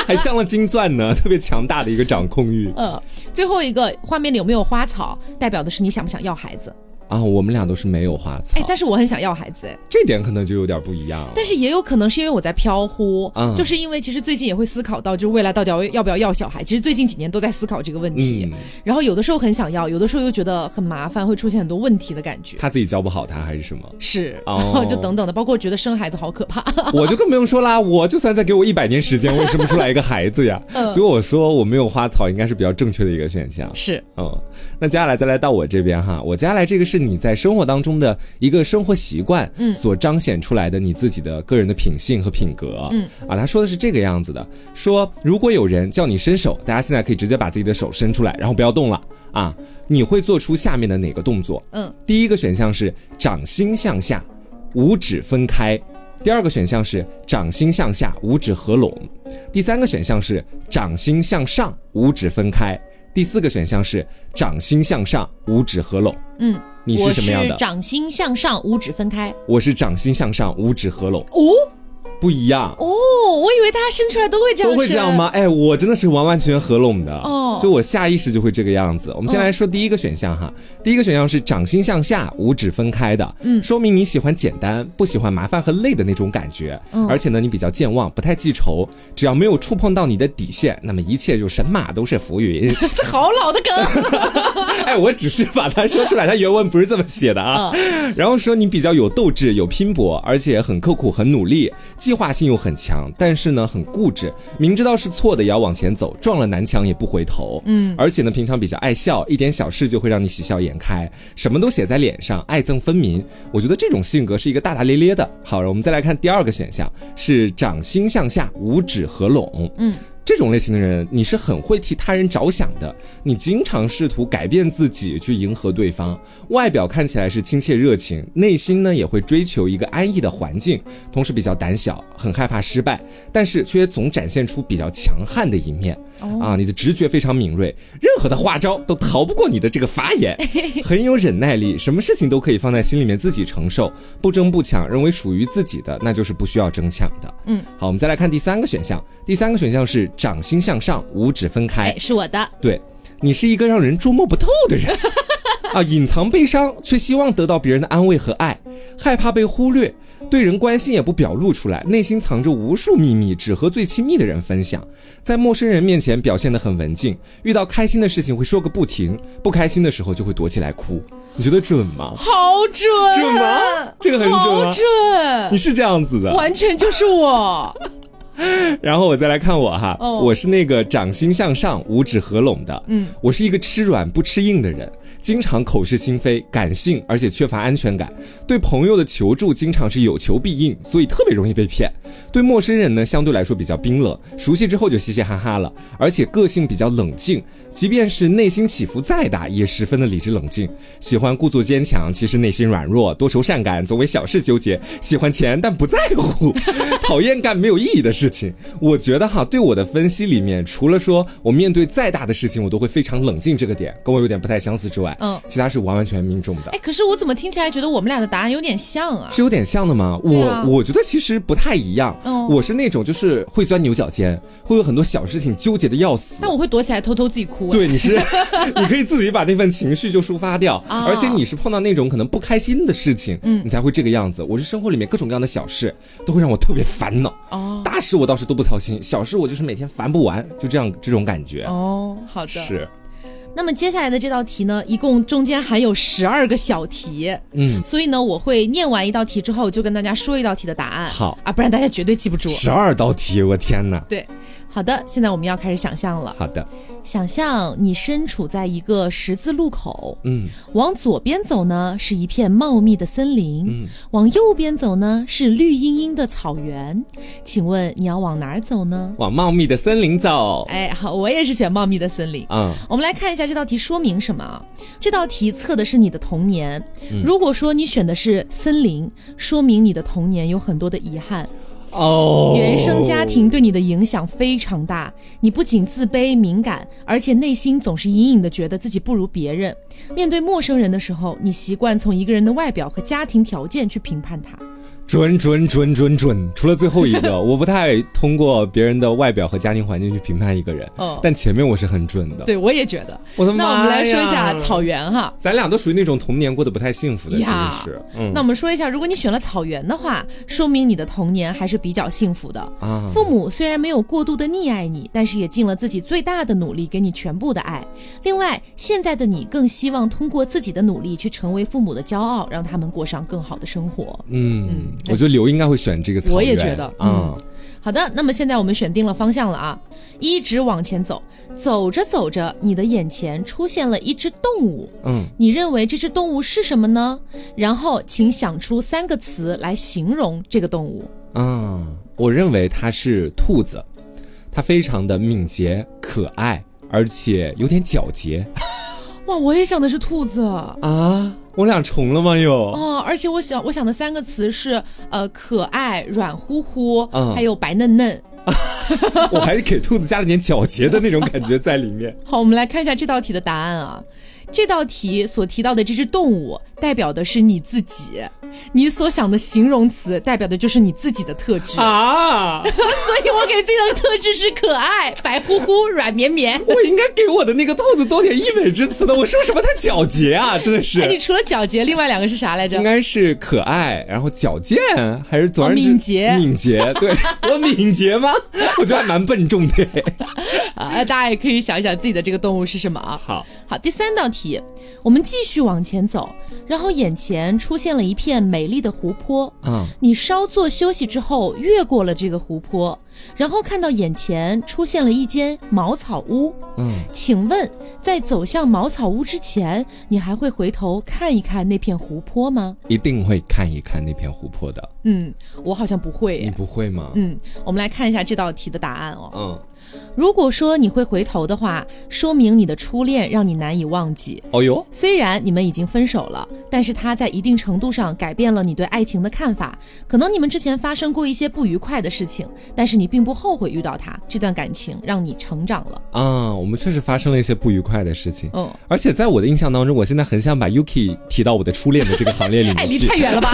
Speaker 2: 还镶了金钻呢， (laughs) 特别强大的一个掌控欲
Speaker 1: 嗯，最后一个画面里有没有花草，代表的是你想不想要孩子？
Speaker 2: 啊！我们俩都是没有花草，
Speaker 1: 哎，但是我很想要孩子哎，
Speaker 2: 这点可能就有点不一样了。
Speaker 1: 但是也有可能是因为我在飘忽，
Speaker 2: 嗯
Speaker 1: 就是因为其实最近也会思考到，就是未来到底要要不要要小孩，其实最近几年都在思考这个问题。
Speaker 2: 嗯，
Speaker 1: 然后有的时候很想要，有的时候又觉得很麻烦，会出现很多问题的感觉。？
Speaker 2: 他自己教不好他还是什么
Speaker 1: 是，
Speaker 2: 哦
Speaker 1: 然后就等等的，包括觉得生孩子好可怕。
Speaker 2: 我就更不用说啦， (laughs) 我就算再给我一百年时间，我也生不出来一个孩子 (laughs) 呀。所以我说我没有花草应该是比较正确的一个选项。
Speaker 1: (laughs) 是，
Speaker 2: 嗯，那接下来再来到我这边哈，我接下来这个是你在生活当中的一个生活习惯，嗯，所彰显出来的你自己的个人的品性和品格，嗯，啊，他说的是这个样子的，说如果有人叫你伸手，大家现在可以直接把自己的手伸出来，然后不要动了啊，你会做出下面的哪个动作？
Speaker 1: 嗯，
Speaker 2: 第一个选项是掌心向下，五指分开；第二个选项是掌心向下，五指合拢；第三个选项是掌心向上，五指分开；第四个选项是掌心向上，五指合拢。
Speaker 1: 嗯，
Speaker 2: 你是
Speaker 1: 我
Speaker 2: 什么样的？
Speaker 1: 掌心向上，五指分开。
Speaker 2: 我是掌心向上，五指合拢，
Speaker 1: 哦
Speaker 2: 不一样。
Speaker 1: 哦，我以为大家伸出来都会这样，
Speaker 2: 都会这样？吗？哎，我真的是完完全全合拢的，
Speaker 1: 哦
Speaker 2: 就我下意识就会这个样子。我们先来说第一个选项哈，第一个选项是掌心向下，五指分开的，嗯，说明你喜欢简单，不喜欢麻烦和累的那种感觉，嗯，而且呢，你比较健忘，不太记仇，只要没有触碰到你的底线，那么一切就神马都是浮云。
Speaker 1: 这好老的
Speaker 2: (laughs)
Speaker 1: 梗。
Speaker 2: 哎，我只是把它说出来，它原文不是这么写的啊。然后说你比较有斗志、有拼搏，而且很刻苦、很努力，计划性又很强，但是呢很固执，明知道是错的也要往前走，撞了南墙也不回头。嗯，而且呢平常比较爱笑，一点小事就会让你喜笑颜开，什么都写在脸上，爱憎分明。我觉得这种性格是一个大大咧咧的。好，我们再来看第二个选项，是掌心向下，五指合拢。嗯。这种类型的人，你是很会替他人着想的，你经常试图改变自己去迎合对方，外表看起来是亲切热情，内心呢也会追求一个安逸的环境，同时比较胆小，很害怕失败，但是却总展现出比较强悍的一面。啊，你的直觉非常敏锐，任何的花招都逃不过你的这个法眼，很有忍耐力，什么事情都可以放在心里面自己承受，不争不抢，认为属于自己的那就是不需要争抢的。嗯，好，我们再来看第三个选项，第三个选项是掌心向上，五指分开。
Speaker 1: 哎，是我的。
Speaker 2: 对你是一个让人捉摸不透的人。啊，隐藏悲伤，却希望得到别人的安慰和爱，害怕被忽略，对人关心也不表露出来，内心藏着无数秘密，只和最亲密的人分享。在陌生人面前表现得很文静，遇到开心的事情会说个不停，不开心的时候就会躲起来哭。你觉得准吗？
Speaker 1: 好准，啊
Speaker 2: 准吗这个很准啊吗
Speaker 1: 好准，
Speaker 2: 你是这样子的，
Speaker 1: 完全就是我。
Speaker 2: (laughs) 然后我再来看我哈，
Speaker 1: 哦
Speaker 2: 我是那个掌心向上、五指合拢的，嗯，我是一个吃软不吃硬的人，经常口是心非、感性，而且缺乏安全感。对朋友的求助经常是有求必应，所以特别容易被骗。对陌生人呢，相对来说比较冰冷，熟悉之后就嘻嘻哈哈了，而且个性比较冷静，即便是内心起伏再大，也十分的理智冷静。喜欢故作坚强，其实内心软弱，多愁善感，总为小事纠结。喜欢钱，但不在乎， (laughs) 讨厌干没有意义的事情。我觉得哈，对我的分析里面，除了说我面对再大的事情，我都会非常冷静这个点，跟我有点不太相似之外，
Speaker 1: 嗯
Speaker 2: 嗯，其他是完完全命中的
Speaker 1: 哎，。可是我怎么听起来觉得我们俩的答案有点像啊？
Speaker 2: 是有点像的吗？
Speaker 1: 对
Speaker 2: 我、
Speaker 1: 啊
Speaker 2: 我觉得其实不太一样。
Speaker 1: 哦
Speaker 2: 我是那种就是会钻牛角尖，会有很多小事情纠结的要死。
Speaker 1: 那我会躲起来偷偷自己哭、啊。
Speaker 2: 对，你是， (laughs) 你可以自己把那份情绪就抒发掉，
Speaker 1: 啊
Speaker 2: 而且你是碰到那种可能不开心的事情，嗯，你才会这个样子。我是生活里面各种各样的小事都会让我特别烦恼，
Speaker 1: 哦
Speaker 2: 大事我倒是都不操心，小事我就是每天烦不完，就这样这种感觉。
Speaker 1: 哦，好的。
Speaker 2: 是，
Speaker 1: 那么接下来的这道题呢，一共中间含有十二个小题，
Speaker 2: 嗯，
Speaker 1: 所以呢，我会念完一道题之后，就跟大家说一道题的答案。
Speaker 2: 好
Speaker 1: 啊，不然大家绝对记不住。
Speaker 2: 十二道题，我天哪！
Speaker 1: 对，好的，现在我们要开始想象了。
Speaker 2: 好的，
Speaker 1: 想象你身处在一个十字路口，
Speaker 2: 嗯，
Speaker 1: 往左边走呢是一片茂密的森林，
Speaker 2: 嗯
Speaker 1: 往右边走呢是绿茵茵的草原。请问你要往哪儿走呢？
Speaker 2: 往茂密的森林走，
Speaker 1: 哎，好，我也是选茂密的森林。
Speaker 2: 嗯，
Speaker 1: 我们来看一下这道题说明什么啊？这道题测的是你的童年。
Speaker 2: 嗯
Speaker 1: 如果说你选的是森林，说明你的童年有很多的遗憾，
Speaker 2: 哦，
Speaker 1: 原生家庭对你的影响非常大。你不仅自卑敏感，而且内心总是隐隐的觉得自己不如别人。面对陌生人的时候，你习惯从一个人的外表和家庭条件去评判他。
Speaker 2: 准准准准准，除了最后一个，
Speaker 1: (laughs)
Speaker 2: 我不太通过别人的外表和家庭环境去评判一个人，
Speaker 1: 哦
Speaker 2: 但前面我是很准的。，
Speaker 1: 对我也觉得。
Speaker 2: 我的妈
Speaker 1: 那我们来说一下
Speaker 2: 呀
Speaker 1: 草原哈。
Speaker 2: 咱俩都属于那种童年过得不太幸福的，其
Speaker 1: 呀
Speaker 2: 实是，嗯
Speaker 1: 那我们说一下，如果你选了草原的话，说明你的童年还是比较幸福的。
Speaker 2: 啊，
Speaker 1: 父母虽然没有过度的溺爱你，但是也尽了自己最大的努力，给你全部的爱。另外，现在的你更希望通过自己的努力去成为父母的骄傲，让他们过上更好的生活。
Speaker 2: 嗯，我觉得刘应该会选这个草原，
Speaker 1: 哎我也觉得
Speaker 2: 啊，
Speaker 1: 好的，那么现在我们选定了方向了啊，一直往前走，走着走着，你的眼前出现了一只动物。
Speaker 2: 嗯，
Speaker 1: 你认为这只动物是什么呢？然后请想出三个词来形容这个动物。
Speaker 2: 啊，我认为它是兔子，它非常的敏捷、可爱，而且有点皎洁
Speaker 1: 哇，我也想的是兔子。
Speaker 2: 啊，我俩重了吗又？
Speaker 1: 哦，而且我想我想的三个词是呃可爱、软乎乎，
Speaker 2: 嗯
Speaker 1: 还有白嫩嫩。
Speaker 2: 我还给兔子加了点皎洁的那种感觉在里面。
Speaker 1: 好，我们来看一下这道题的答案啊。这道题所提到的这只动物，代表的是你自己，你所想的形容词代表的就是你自己的特质。
Speaker 2: 啊！
Speaker 1: 所以我给自己的特质是可爱、白乎乎、软绵绵。
Speaker 2: (laughs) 我应该给我的那个兔子多点溢美之词的，我说什么它皎洁
Speaker 1: (laughs)
Speaker 2: 啊，真的是
Speaker 1: 哎，你除了皎洁，另外两个是啥来着
Speaker 2: 应？该是可爱，然后矫健，还是总而
Speaker 1: 哦
Speaker 2: 言之
Speaker 1: 敏捷
Speaker 2: 敏捷，
Speaker 1: (laughs)
Speaker 2: 对我敏捷吗？我觉得还蛮笨重的。
Speaker 1: 啊，大家也可以想一想自己的这个动物是什么啊。
Speaker 2: 好，
Speaker 1: (laughs) 好，第三道题，我们继续往前走，然后眼前出现了一片美丽的湖泊。
Speaker 2: 嗯，
Speaker 1: 你稍作休息之后，越过了这个湖泊，然后看到眼前出现了一间茅草屋。
Speaker 2: 嗯，
Speaker 1: 请问，在走向茅草屋之前，你还会回头看一看那片湖泊吗？
Speaker 2: 一定会看一看那片湖泊的。
Speaker 1: 嗯，我好像不会
Speaker 2: 你
Speaker 1: 耶。
Speaker 2: 不会吗？
Speaker 1: 嗯，我们来看一下这道题的答案哦。
Speaker 2: 嗯，
Speaker 1: 如果说你会回头的话，说明你的初恋让你难以忘记。
Speaker 2: 哦哟，
Speaker 1: 虽然你们已经分手了，但是他在一定程度上改变了你对爱情的看法。可能你们之前发生过一些不愉快的事情，但是你并不后悔遇到他。这段感情让你成长了。
Speaker 2: 啊，我们确实发生了一些不愉快的事情。
Speaker 1: 嗯，
Speaker 2: 而且在我的印象当中，我现在很想把 Yuki 提到我的初恋的这个行列里
Speaker 1: (laughs) 哎，
Speaker 2: 面
Speaker 1: 离
Speaker 2: 去，
Speaker 1: 太远了吧？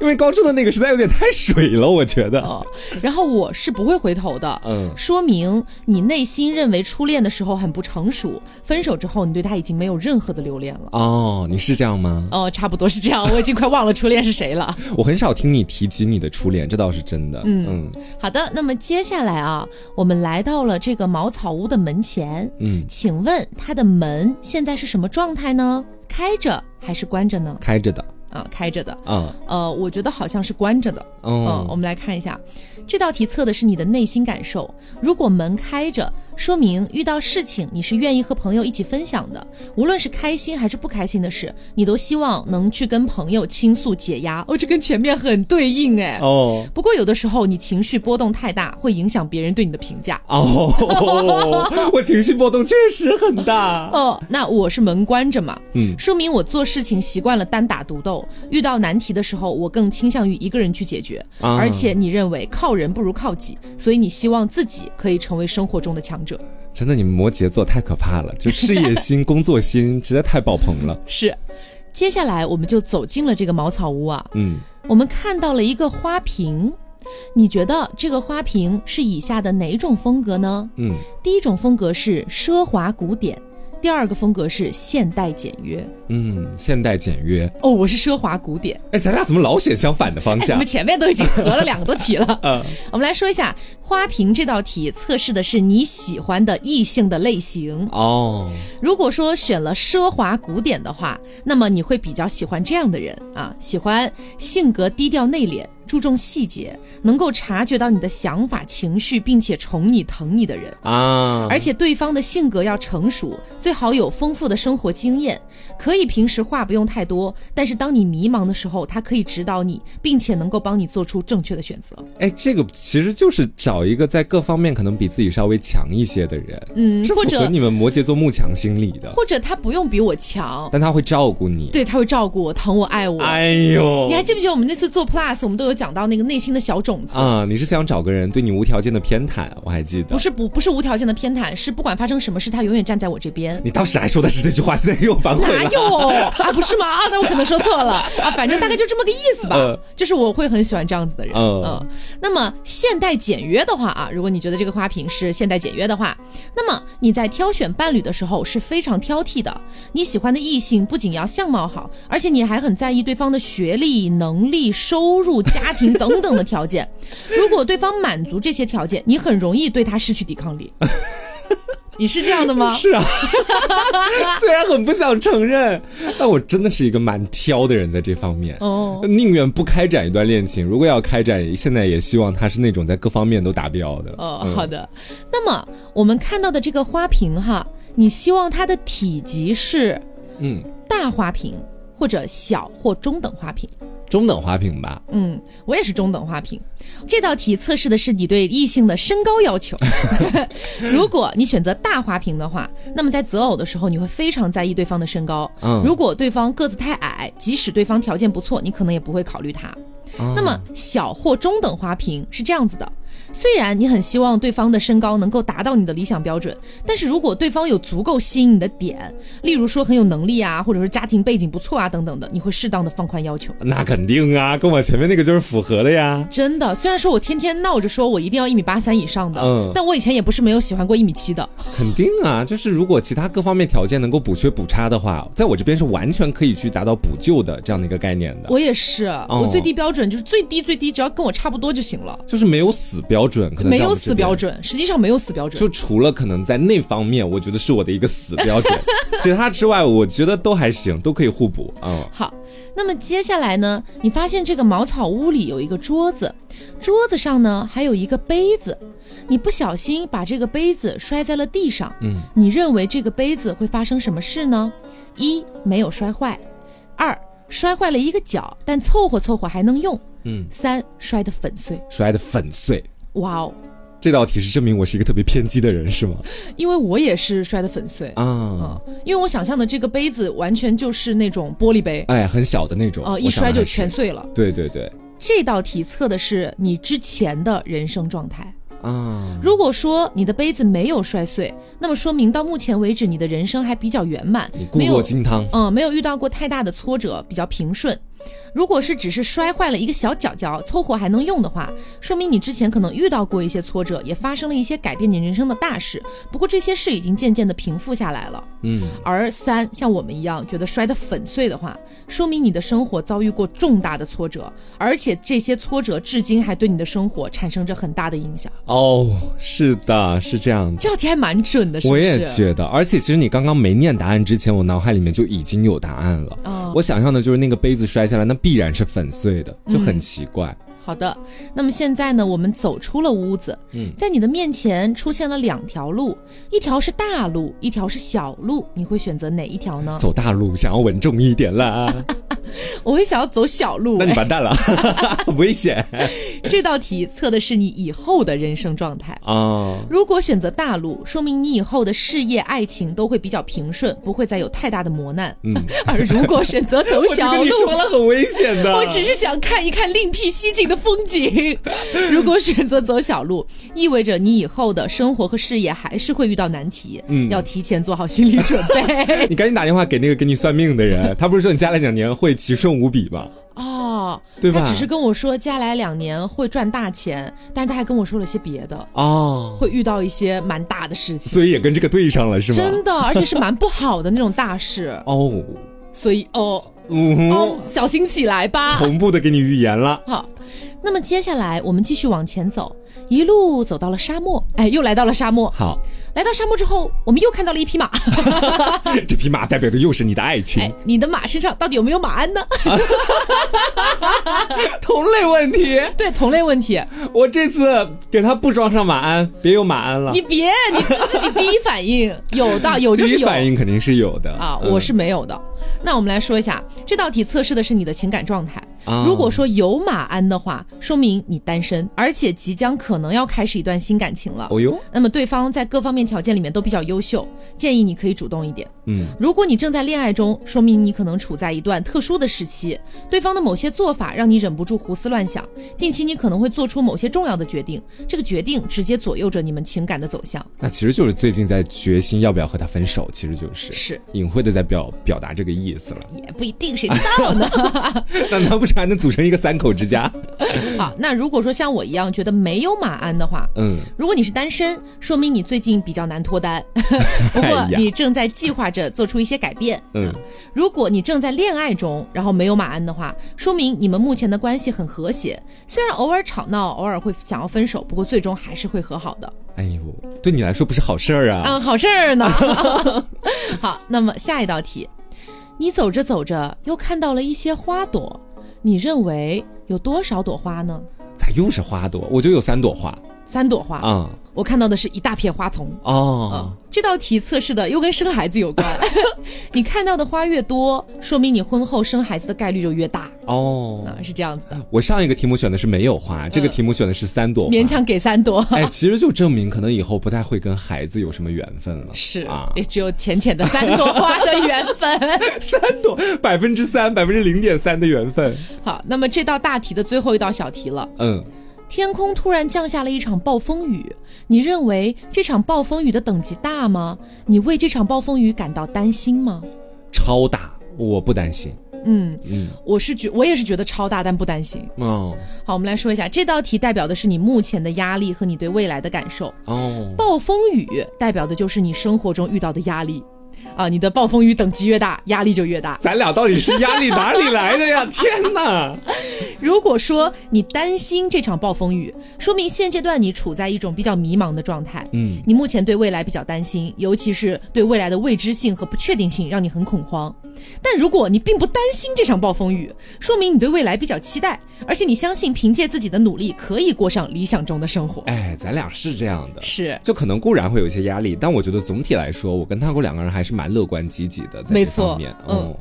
Speaker 2: 因为高中的那个实在有点太水了，我觉得。
Speaker 1: 哦，然后我是不会回头的。
Speaker 2: 嗯
Speaker 1: 说明你内心认为初恋的时候很不成熟，分手之后你对他已经没有任何的留恋了。
Speaker 2: 哦，你是这样吗？
Speaker 1: 哦，差不多是这样，我已经快忘了初恋是谁了。
Speaker 2: 我很少听你提及你的初恋，这倒是真的。嗯
Speaker 1: 好的，那么接下来啊，我们来到了这个茅草屋的门前。
Speaker 2: 嗯，
Speaker 1: 请问它的门现在是什么状态呢？开着还是关着呢？
Speaker 2: 开着的
Speaker 1: 啊，开着的。
Speaker 2: 啊，
Speaker 1: 呃，我觉得好像是关着的。嗯、
Speaker 2: 嗯
Speaker 1: 我们来看一下，这道题测的是你的内心感受。如果门开着，说明遇到事情你是愿意和朋友一起分享的，无论是开心还是不开心的事，你都希望能去跟朋友倾诉解压。哦，这跟前面很对应哎。
Speaker 2: 哦
Speaker 1: 不过有的时候你情绪波动太大，会影响别人对你的评价。
Speaker 2: 哦， (laughs) 我情绪波动确实很大。
Speaker 1: (laughs) 哦，那我是门关着嘛，
Speaker 2: 嗯
Speaker 1: 说明我做事情习惯了单打独斗，遇到难题的时候，我更倾向于一个人去解决。
Speaker 2: 啊
Speaker 1: 而且你认为靠人不如靠己，所以你希望自己可以成为生活中的强者。
Speaker 2: 真的，你们摩羯座太可怕了，就事业心、工作心 (laughs) 实在太爆棚了。
Speaker 1: 是，接下来我们就走进了这个茅草屋啊，
Speaker 2: 嗯，
Speaker 1: 我们看到了一个花瓶。你觉得这个花瓶是以下的哪种风格呢？
Speaker 2: 嗯，
Speaker 1: 第一种风格是奢华古典，第二个风格是现代简约。
Speaker 2: 嗯，现代简约。
Speaker 1: 哦，我是奢华古典。
Speaker 2: 哎，咱俩怎么老选相反的
Speaker 1: (laughs)
Speaker 2: 方
Speaker 1: 我
Speaker 2: 向
Speaker 1: 们？前面都已经合了两个多题了。
Speaker 2: 嗯
Speaker 1: (laughs) 我们来说一下花瓶这道题，测试的是你喜欢的异性的类型。
Speaker 2: 哦，
Speaker 1: 如果说选了奢华古典的话，那么你会比较喜欢这样的人啊，喜欢性格低调内敛。注重细节，能够察觉到你的想法、情绪，并且宠你、疼你的人，
Speaker 2: 啊，
Speaker 1: 而且对方的性格要成熟，最好有丰富的生活经验，可以平时话不用太多，但是当你迷茫的时候，他可以指导你，并且能够帮你做出正确的选择。
Speaker 2: 哎，这个其实就是找一个在各方面可能比自己稍微强一些的人，
Speaker 1: 嗯
Speaker 2: 是符
Speaker 1: 或者
Speaker 2: 合你们摩羯座慕强心理的，
Speaker 1: 或者他不用比我强，
Speaker 2: 但他会照顾你。
Speaker 1: 对他会照顾我、疼我、爱我。
Speaker 2: 哎呦
Speaker 1: 你还记不记得我们那次做 Plus，我们都有讲到那个内心的小种子，
Speaker 2: 啊、你是想找个人对你无条件的偏袒，我还记得
Speaker 1: 不。是不不是无条件的偏袒，是不管发生什么事，他永远站在我这边。
Speaker 2: 你当时还说的是这句话，现在又反悔
Speaker 1: 哪
Speaker 2: 了。
Speaker 1: 有啊？不是吗？啊，那我可能说错了啊，反正大概就这么个意思吧。
Speaker 2: 嗯
Speaker 1: 就是我会很喜欢这样子的人。
Speaker 2: 嗯
Speaker 1: 嗯，那么现代简约的话啊，如果你觉得这个花瓶是现代简约的话，那么你在挑选伴侣的时候是非常挑剔的。你喜欢的异性不仅要相貌好，而且你还很在意对方的学历、能力、收入、家庭等等的条件。如果对方满足这些条件，你很容易对他失去抵抗力。你是这样的吗？
Speaker 2: 是啊，虽然很不想承认，但我真的是一个蛮挑的人，在这方面。
Speaker 1: (laughs) 哦，
Speaker 2: 宁愿不开展一段恋情，如果要开展，现在也希望他是那种在各方面都达标的。
Speaker 1: 哦，
Speaker 2: 嗯
Speaker 1: 好的。那么我们看到的这个花瓶哈，你希望它的体积是
Speaker 2: 嗯，
Speaker 1: 大花瓶或者小或中等花瓶？
Speaker 2: 中等花瓶吧。
Speaker 1: 嗯，我也是中等花瓶。这道题测试的是你对异性的身高要求。 (laughs) 如果你选择大花瓶的话，那么在择偶的时候，你会非常在意对方的身高。
Speaker 2: 嗯
Speaker 1: 如果对方个子太矮，即使对方条件不错，你可能也不会考虑他。
Speaker 2: 啊
Speaker 1: 那么小或中等花瓶是这样子的。虽然你很希望对方的身高能够达到你的理想标准，但是如果对方有足够吸引你的点，例如说很有能力啊，或者说家庭背景不错啊等等的，你会适当的放宽要求。
Speaker 2: 那肯定啊，跟我前面那个就是符合的呀。
Speaker 1: 真的，虽然说我天天闹着说我一定要一米八三以上的，
Speaker 2: 嗯
Speaker 1: 但我以前也不是没有喜欢过一米七的。
Speaker 2: 肯定啊，就是如果其他各方面条件能够补缺补差的话，在我这边是完全可以去达到补救的这样的一个概念的，
Speaker 1: 我也是，我最低标准就是最低最低，只要跟我差不多就行了，
Speaker 2: 就是没有死标准，可能
Speaker 1: 没
Speaker 2: 在我
Speaker 1: 有
Speaker 2: 们这
Speaker 1: 死
Speaker 2: 边
Speaker 1: 标。准，实际上没有死标准。
Speaker 2: 就除了可能在那方面，我觉得是我的一个死标
Speaker 1: (laughs)
Speaker 2: 准，其他之外，我觉得都还行，都可以互补。嗯，
Speaker 1: 好，那么接下来呢？你发现这个茅草屋里有一个桌子，桌子上呢还有一个杯子，你不小心把这个杯子摔在了地上。
Speaker 2: 嗯，
Speaker 1: 你认为这个杯子会发生什么事呢？一没有摔坏，二摔坏了一个角，但凑合凑合还能用。
Speaker 2: 嗯，
Speaker 1: 三摔得粉碎。
Speaker 2: 摔得粉碎。
Speaker 1: 哇哦，
Speaker 2: 这道题是证明我是一个特别偏激的人，是吗？
Speaker 1: 因为我也是摔得粉碎，
Speaker 2: 啊，
Speaker 1: 因为我想象的这个杯子完全就是那种玻璃杯，
Speaker 2: 哎，很小的那种，
Speaker 1: 呃，
Speaker 2: 我
Speaker 1: 一
Speaker 2: 想
Speaker 1: 摔
Speaker 2: 的
Speaker 1: 就
Speaker 2: 还是
Speaker 1: 全。碎了。
Speaker 2: 对对对，
Speaker 1: 这道题测的是你之前的人生状态。
Speaker 2: 啊，
Speaker 1: 如果说你的杯子没有摔碎，那么说明到目前为止你的人生还比较圆满
Speaker 2: 你，固
Speaker 1: 没
Speaker 2: 若
Speaker 1: 有
Speaker 2: 金汤。
Speaker 1: 嗯没有遇到过太大的挫折，比较平顺。如果是只是摔坏了一个小角角，凑合还能用的话，说明你之前可能遇到过一些挫折，也发生了一些改变你人生的大事。不过这些事已经渐渐的平复下来了。
Speaker 2: 嗯，
Speaker 1: 而三像我们一样觉得摔得粉碎的话，说明你的生活遭遇过重大的挫折，而且这些挫折至今还对你的生活产生着很大的影响。
Speaker 2: 哦，是的，是这样的。
Speaker 1: 这道题还蛮准的，是不
Speaker 2: 我
Speaker 1: 是？
Speaker 2: 也觉得，而且其实你刚刚没念答案之前，我脑海里面就已经有答案了。
Speaker 1: 哦
Speaker 2: 我想象的就是那个杯子摔下来，那必然是粉碎的，就很奇怪。
Speaker 1: 好的，那么现在呢，我们走出了屋子，
Speaker 2: 嗯
Speaker 1: 在你的面前出现了两条路，一条是大路，一条是小路，你会选择哪一条呢？
Speaker 2: 走大路，想要稳重一点啦。
Speaker 1: 我会想要走小路、
Speaker 2: 那你
Speaker 1: 哎
Speaker 2: 完蛋了， (laughs) 很危险
Speaker 1: 这道题测的是你以后的人生状态。
Speaker 2: 啊！
Speaker 1: 如果选择大路，说明你以后的事业、爱情都会比较平顺，不会再有太大的磨难。
Speaker 2: 嗯，
Speaker 1: (laughs) 而如果选择走
Speaker 2: 我就
Speaker 1: 小
Speaker 2: 跟
Speaker 1: 路
Speaker 2: 你， (laughs) 说了，很危险的。
Speaker 1: 我只是想看一看另辟蹊径的风景。 (laughs) 如果选择走小路，意味着你以后的生活和事业还是会遇到难题，
Speaker 2: 嗯
Speaker 1: 要提前做好心理准
Speaker 2: (laughs)
Speaker 1: 备。
Speaker 2: 你赶紧打电话给那个给你算命的人，他不是说你将来两年会奇顺无比吗？
Speaker 1: 哦，
Speaker 2: 对吧
Speaker 1: 他只是跟我说接下来两年会赚大钱，但是他还跟我说了些别的，
Speaker 2: 哦，
Speaker 1: 会遇到一些蛮大的事情，
Speaker 2: 所以也跟这个对上了是吗？。
Speaker 1: 真的，而且是蛮不好的那种大事
Speaker 2: (laughs) 哦，
Speaker 1: 所以哦
Speaker 2: 嗯，
Speaker 1: 哦，小心起来吧。
Speaker 2: 同步的给你预言了。
Speaker 1: 好，那么接下来我们继续往前走，一路走到了沙漠，哎，又来到了沙漠。
Speaker 2: 好，
Speaker 1: 来到沙漠之后，我们又看到了一匹
Speaker 2: (laughs)
Speaker 1: 马。
Speaker 2: 这匹马代表的又是你的爱情，
Speaker 1: 哎，你的马身上到底有没有马鞍呢？ (laughs)
Speaker 2: 同类问题。
Speaker 1: 对，同类问题，
Speaker 2: 我这次给他不装上马鞍，别有马鞍了。
Speaker 1: 你别你自己第一反应有
Speaker 2: (laughs)
Speaker 1: 的有就
Speaker 2: 第
Speaker 1: 是
Speaker 2: 一
Speaker 1: 有
Speaker 2: 反应肯定是有的
Speaker 1: 啊，
Speaker 2: 嗯
Speaker 1: 我是没有的。那我们来说一下这道题测试的是你的情感状态。
Speaker 2: 啊
Speaker 1: 如果说有马鞍的话，说明你单身，而且即将可能要开始一段新感情了。
Speaker 2: 哦哟，
Speaker 1: 那么对方在各方面条件里面都比较优秀，建议你可以主动一点。
Speaker 2: 嗯，
Speaker 1: 如果你正在恋爱中，说明你可能处在一段特殊的时期，对方的某些做法让你忍不住胡思乱想。近期你可能会做出某些重要的决定，这个决定直接左右着你们情感的走向。
Speaker 2: 那其实就是最近在决心要不要和他分手，其实就是
Speaker 1: 是，
Speaker 2: 隐晦的在表表达这个意思 (laughs) 了。
Speaker 1: 也不一定，谁知道
Speaker 2: (laughs)
Speaker 1: 呢？
Speaker 2: 那难不成还能组成一个三口之家？
Speaker 1: 好，那如果说像我一样觉得没有马鞍的话。
Speaker 2: 嗯，
Speaker 1: 如果你是单身，说明你最近比较难脱
Speaker 2: (laughs)
Speaker 1: 单，不过
Speaker 2: 哎呀
Speaker 1: 你正在计划着做出一些改变。
Speaker 2: 嗯，
Speaker 1: 如果你正在恋爱中，然后没有马鞍的话，说明你们目前的关系很和谐。虽然偶尔吵闹，偶尔会想要分手，不过最终还是会和好的。
Speaker 2: 哎呦，对你来说不是好事儿啊。
Speaker 1: 啊，好事儿呢。好，那么下一道题，你走着走着又看到了一些花朵，你认为有多少朵花呢？
Speaker 2: 咋又是花朵？我就有三朵花
Speaker 1: 三朵花，
Speaker 2: 啊、
Speaker 1: 我看到的是一大片花丛。
Speaker 2: 哦，
Speaker 1: 这道题测试的又跟生孩子有关，你看到的花越多，说明你婚后生孩子的概率就越大
Speaker 2: 哦
Speaker 1: 啊，，是这样子的。
Speaker 2: 我上一个题目选的是没有花，这个题目选的是三朵花。
Speaker 1: 嗯勉强给三朵。 (laughs)
Speaker 2: 哎，其实就证明可能以后不太会跟孩子有什么缘分了。
Speaker 1: 是
Speaker 2: 啊，
Speaker 1: 也只有浅浅的三朵花的缘 (laughs) 分。
Speaker 2: 三朵，百分之三，百分之零点三的缘分。
Speaker 1: 好，那么这道大题的最后一道小题了。
Speaker 2: 嗯，
Speaker 1: 天空突然降下了一场暴风雨，你认为这场暴风雨的等级大吗？你为这场暴风雨感到担心吗？
Speaker 2: 超大，我不担心。
Speaker 1: 嗯，
Speaker 2: 嗯，
Speaker 1: 我是觉我也是觉得超大，但不担心。
Speaker 2: 哦
Speaker 1: 好，我们来说一下这道题代表的是你目前的压力和你对未来的感受。
Speaker 2: 哦，
Speaker 1: 暴风雨代表的就是你生活中遇到的压力，啊，你的暴风雨等级越大，压力就越大。
Speaker 2: 咱俩到底是压力哪里来的呀？天哪！
Speaker 1: 如果说你担心这场暴风雨，说明现阶段你处在一种比较迷茫的状态。
Speaker 2: 嗯，
Speaker 1: 你目前对未来比较担心，尤其是对未来的未知性和不确定性，让你很恐慌。但如果你并不担心这场暴风雨，说明你对未来比较期待，而且你相信凭借自己的努力可以过上理想中的生活。
Speaker 2: 哎，咱俩是这样的。
Speaker 1: 是，
Speaker 2: 就可能固然会有一些压力，但我觉得总体来说，我跟他过两个人还是蛮乐观积极的，在
Speaker 1: 没
Speaker 2: 这
Speaker 1: 错
Speaker 2: 方面。嗯，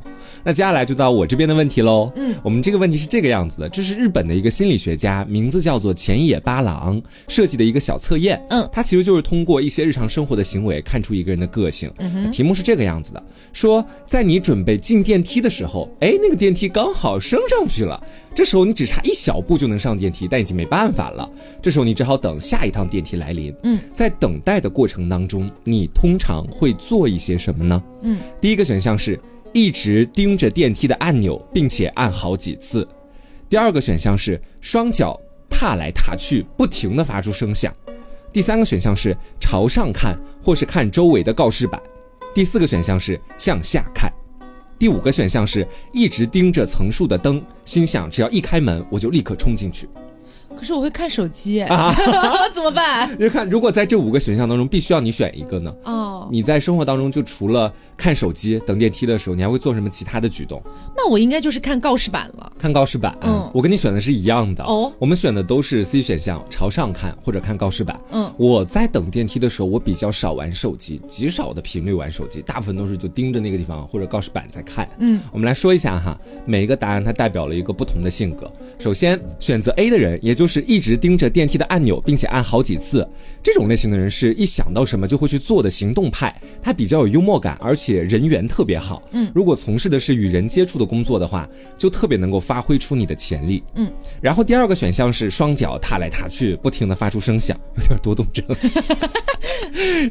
Speaker 2: 那接下来就到我这边的问题喽。嗯，我们这个问题是这个样子的，这是日本的一个心理学家，名字叫做前野八郎设计的一个小测验。
Speaker 1: 嗯
Speaker 2: 他其实就是通过一些日常生活的行为看出一个人的个性。嗯、题目是这个样子的：说在你准备进电梯的时候，哎，那个电梯刚好升上去了，这时候你只差一小步就能上电梯，但已经没办法了。这时候你只好等下一趟电梯来临。
Speaker 1: 嗯，
Speaker 2: 在等待的过程当中，你通常会做一些什么呢？
Speaker 1: 嗯，
Speaker 2: 第一个选项是一直盯着电梯的按钮，并且按好几次。第二个选项是双脚踏来踏去，不停地发出声响。第三个选项是朝上看，或是看周围的告示板。第四个选项是向下看。第五个选项是一直盯着层数的灯，心想只要一开门我就立刻冲进去。
Speaker 1: 可是我会看手机，哎
Speaker 2: 啊
Speaker 1: (laughs) 怎么办？
Speaker 2: 你看，如果在这五个选项当中，必须要你选一个呢？
Speaker 1: 哦，
Speaker 2: 你在生活当中就除了看手机、等电梯的时候，你还会做什么其他的举动？
Speaker 1: 那我应该就是看告示板了。
Speaker 2: 看告示板，
Speaker 1: 嗯
Speaker 2: 我跟你选的是一样的。
Speaker 1: 哦
Speaker 2: 我们选的都是 C 选项，朝上看或者看告示板。
Speaker 1: 嗯
Speaker 2: 我在等电梯的时候，我比较少玩手机，极少的频率玩手机，大部分都是就盯着那个地方或者告示板在看。
Speaker 1: 嗯，
Speaker 2: 我们来说一下哈，每一个答案它代表了一个不同的性格。首先，选择 A 的人，也就是一直盯着电梯的按钮，并且按好几次，这种类型的人是一想到什么就会去做的行动派，他比较有幽默感，而且人缘特别好。嗯，如果从事的是与人接触的工作的话，就特别能够发挥出你的潜力。嗯，然后第二个选项是双脚踏来踏去，不停的发出声响， (laughs) 有点多动症。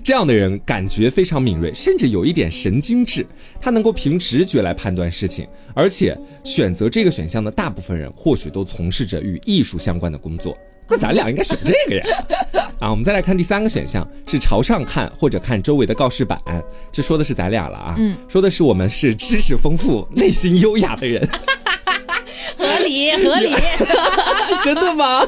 Speaker 2: 这样的人感觉非常敏锐，甚至有一点神经质，他能够凭直觉来判断事情，而且选择这个选项的大部分人或许都从事着与艺术相关的工作。那咱俩应该选这个呀！啊，我们再来看第三个选项，是朝上看或者看周围的告示板，这说的是咱俩了啊，嗯，说的是我们是知识丰富、内心优雅的人，
Speaker 1: 合理合 (laughs) 理，
Speaker 2: (laughs) 真的吗？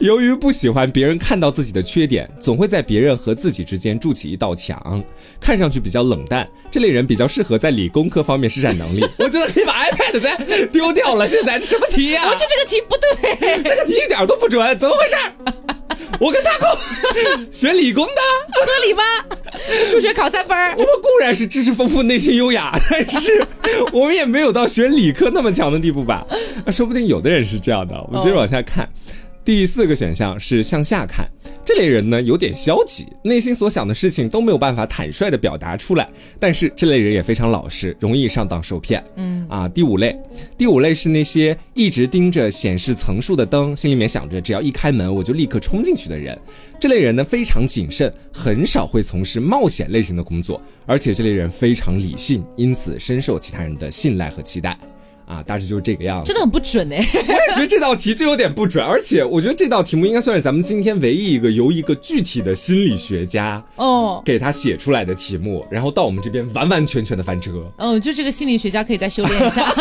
Speaker 2: 由于不喜欢别人看到自己的缺点，总会在别人和自己之间筑起一道墙，看上去比较冷淡。这类人比较适合在理工科方面施展能力。 (laughs) 我觉得可以把 iPad 再丢掉了。现在这什么题呀、
Speaker 1: 我觉得这个题不对。 (laughs)
Speaker 2: 这个题一点都不准，怎么回事儿？我跟大空 (laughs) 学理工的，
Speaker 1: 合理吗？数学考三分儿
Speaker 2: 我，们固然是知识丰富、内心优雅， (laughs) 但是我们也没有到学理科那么强的地步吧？那说不定有的人是这样的。我们接着往下看。第四个选项是向下看，这类人呢有点消极，内心所想的事情都没有办法坦率的表达出来，但是这类人也非常老实，容易上当受骗。嗯啊，第五类，第五类是那些一直盯着显示层数的灯，心里面想着只要一开门我就立刻冲进去的人。这类人呢非常谨慎，很少会从事冒险类型的工作，而且这类人非常理性，因此深受其他人的信赖和期待。啊，大致就是这个样子。
Speaker 1: 真的很不准哎。
Speaker 2: (laughs) 我也觉得这道题就有点不准，而且我觉得这道题目应该算是咱们今天唯一一个由一个具体的心理学家
Speaker 1: 哦，
Speaker 2: 给他写出来的题目，然后到我们这边完完全全的翻车，
Speaker 1: (laughs) 嗯，就这个心理学家可以再修炼一下。，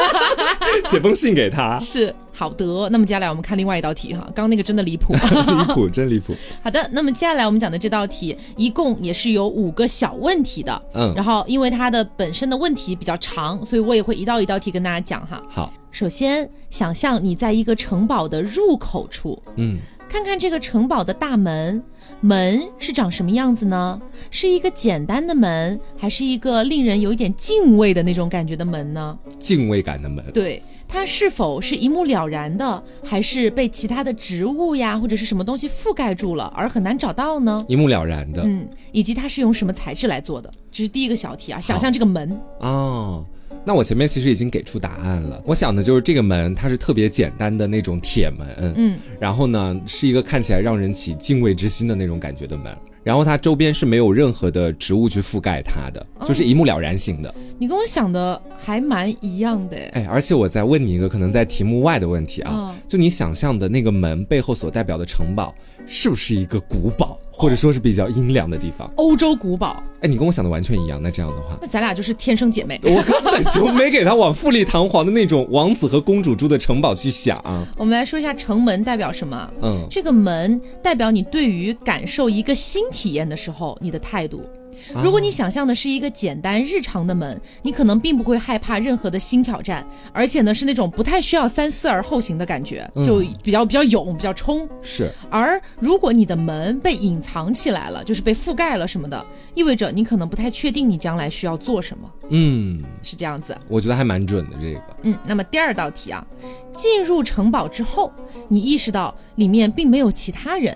Speaker 2: 写封信给他 (laughs)
Speaker 1: 是，好的。那么接下来我们看另外一道题哈，刚刚那个真的离谱。
Speaker 2: 离谱，真离谱。
Speaker 1: 好的，那么接下来我们讲的这道题，一共也是有五个小问题的。
Speaker 2: 嗯
Speaker 1: 然后因为它的本身的问题比较长，所以我也会一道一道题跟大家讲哈。
Speaker 2: 好，
Speaker 1: 首先，想象你在一个城堡的入口处，
Speaker 2: 嗯，
Speaker 1: 看看这个城堡的大门，门是长什么样子呢？是一个简单的门，还是一个令人有一点敬畏的那种感觉的门呢？
Speaker 2: 敬畏感的门，
Speaker 1: 对，它是否是一目了然的，还是被其他的植物呀或者是什么东西覆盖住了而很难找到呢？
Speaker 2: 一目了然的
Speaker 1: 嗯，以及它是用什么材质来做的？这是第一个小题啊，想象这个门，
Speaker 2: 哦。那我前面其实已经给出答案了，我想的就是这个门，它是特别简单的那种铁门，
Speaker 1: 嗯，
Speaker 2: 然后呢，是一个看起来让人起敬畏之心的那种感觉的门。然后它周边是没有任何的植物去覆盖它的，
Speaker 1: 哦
Speaker 2: 就是一目了然型的。
Speaker 1: 你跟我想的还蛮一样的诶，
Speaker 2: 哎，而且我再问你一个可能在题目外的问题啊，
Speaker 1: 哦
Speaker 2: 就你想象的那个门背后所代表的城堡，是不是一个古堡，或者说是比较阴凉的地方？
Speaker 1: 欧洲古堡，
Speaker 2: 哎，你跟我想的完全一样。那这样的话，
Speaker 1: 那咱俩就是天生姐妹。
Speaker 2: 我根本就没给他往富丽堂皇的那种王子和公主住的城堡去想。
Speaker 1: 我们来说一下城门代表什么？
Speaker 2: 嗯
Speaker 1: 这个门代表你对于感受一个新体验的时候你的态度。 (laughs) 如果你想象的是一个简单日常的门，你可能并不会害怕任何的新挑战，而且呢是那种不太需要三思而后行的感觉，就比较比较勇，比较冲。
Speaker 2: 是，
Speaker 1: 而如果你的门被隐藏起来了，就是被覆盖了什么的，意味着你可能不太确定你将来需要做什么，
Speaker 2: 嗯，
Speaker 1: 是这样子。
Speaker 2: 我觉得还蛮准的这个。
Speaker 1: 嗯，那么第二道题啊，进入城堡之后，你意识到里面并没有其他人，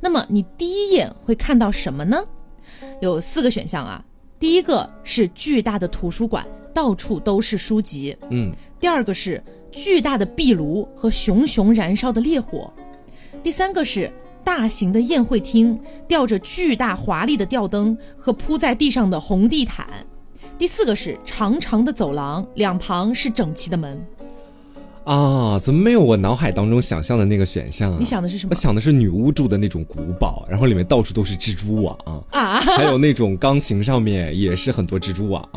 Speaker 1: 那么你第一眼会看到什么呢？有四个选项啊，第一个是巨大的图书馆，到处都是书籍；
Speaker 2: 嗯，
Speaker 1: 第二个是巨大的壁炉和熊熊燃烧的烈火；第三个是大型的宴会厅，吊着巨大华丽的吊灯和铺在地上的红地毯；第四个是长长的走廊，两旁是整齐的门。
Speaker 2: 啊，怎么没有我脑海当中想象的那个选项啊？
Speaker 1: 你想的是什么
Speaker 2: 我想的是女巫住的那种古堡，然后里面到处都是蜘蛛网，
Speaker 1: (laughs) 啊？
Speaker 2: 还有那种钢琴上面也是很多蜘蛛网。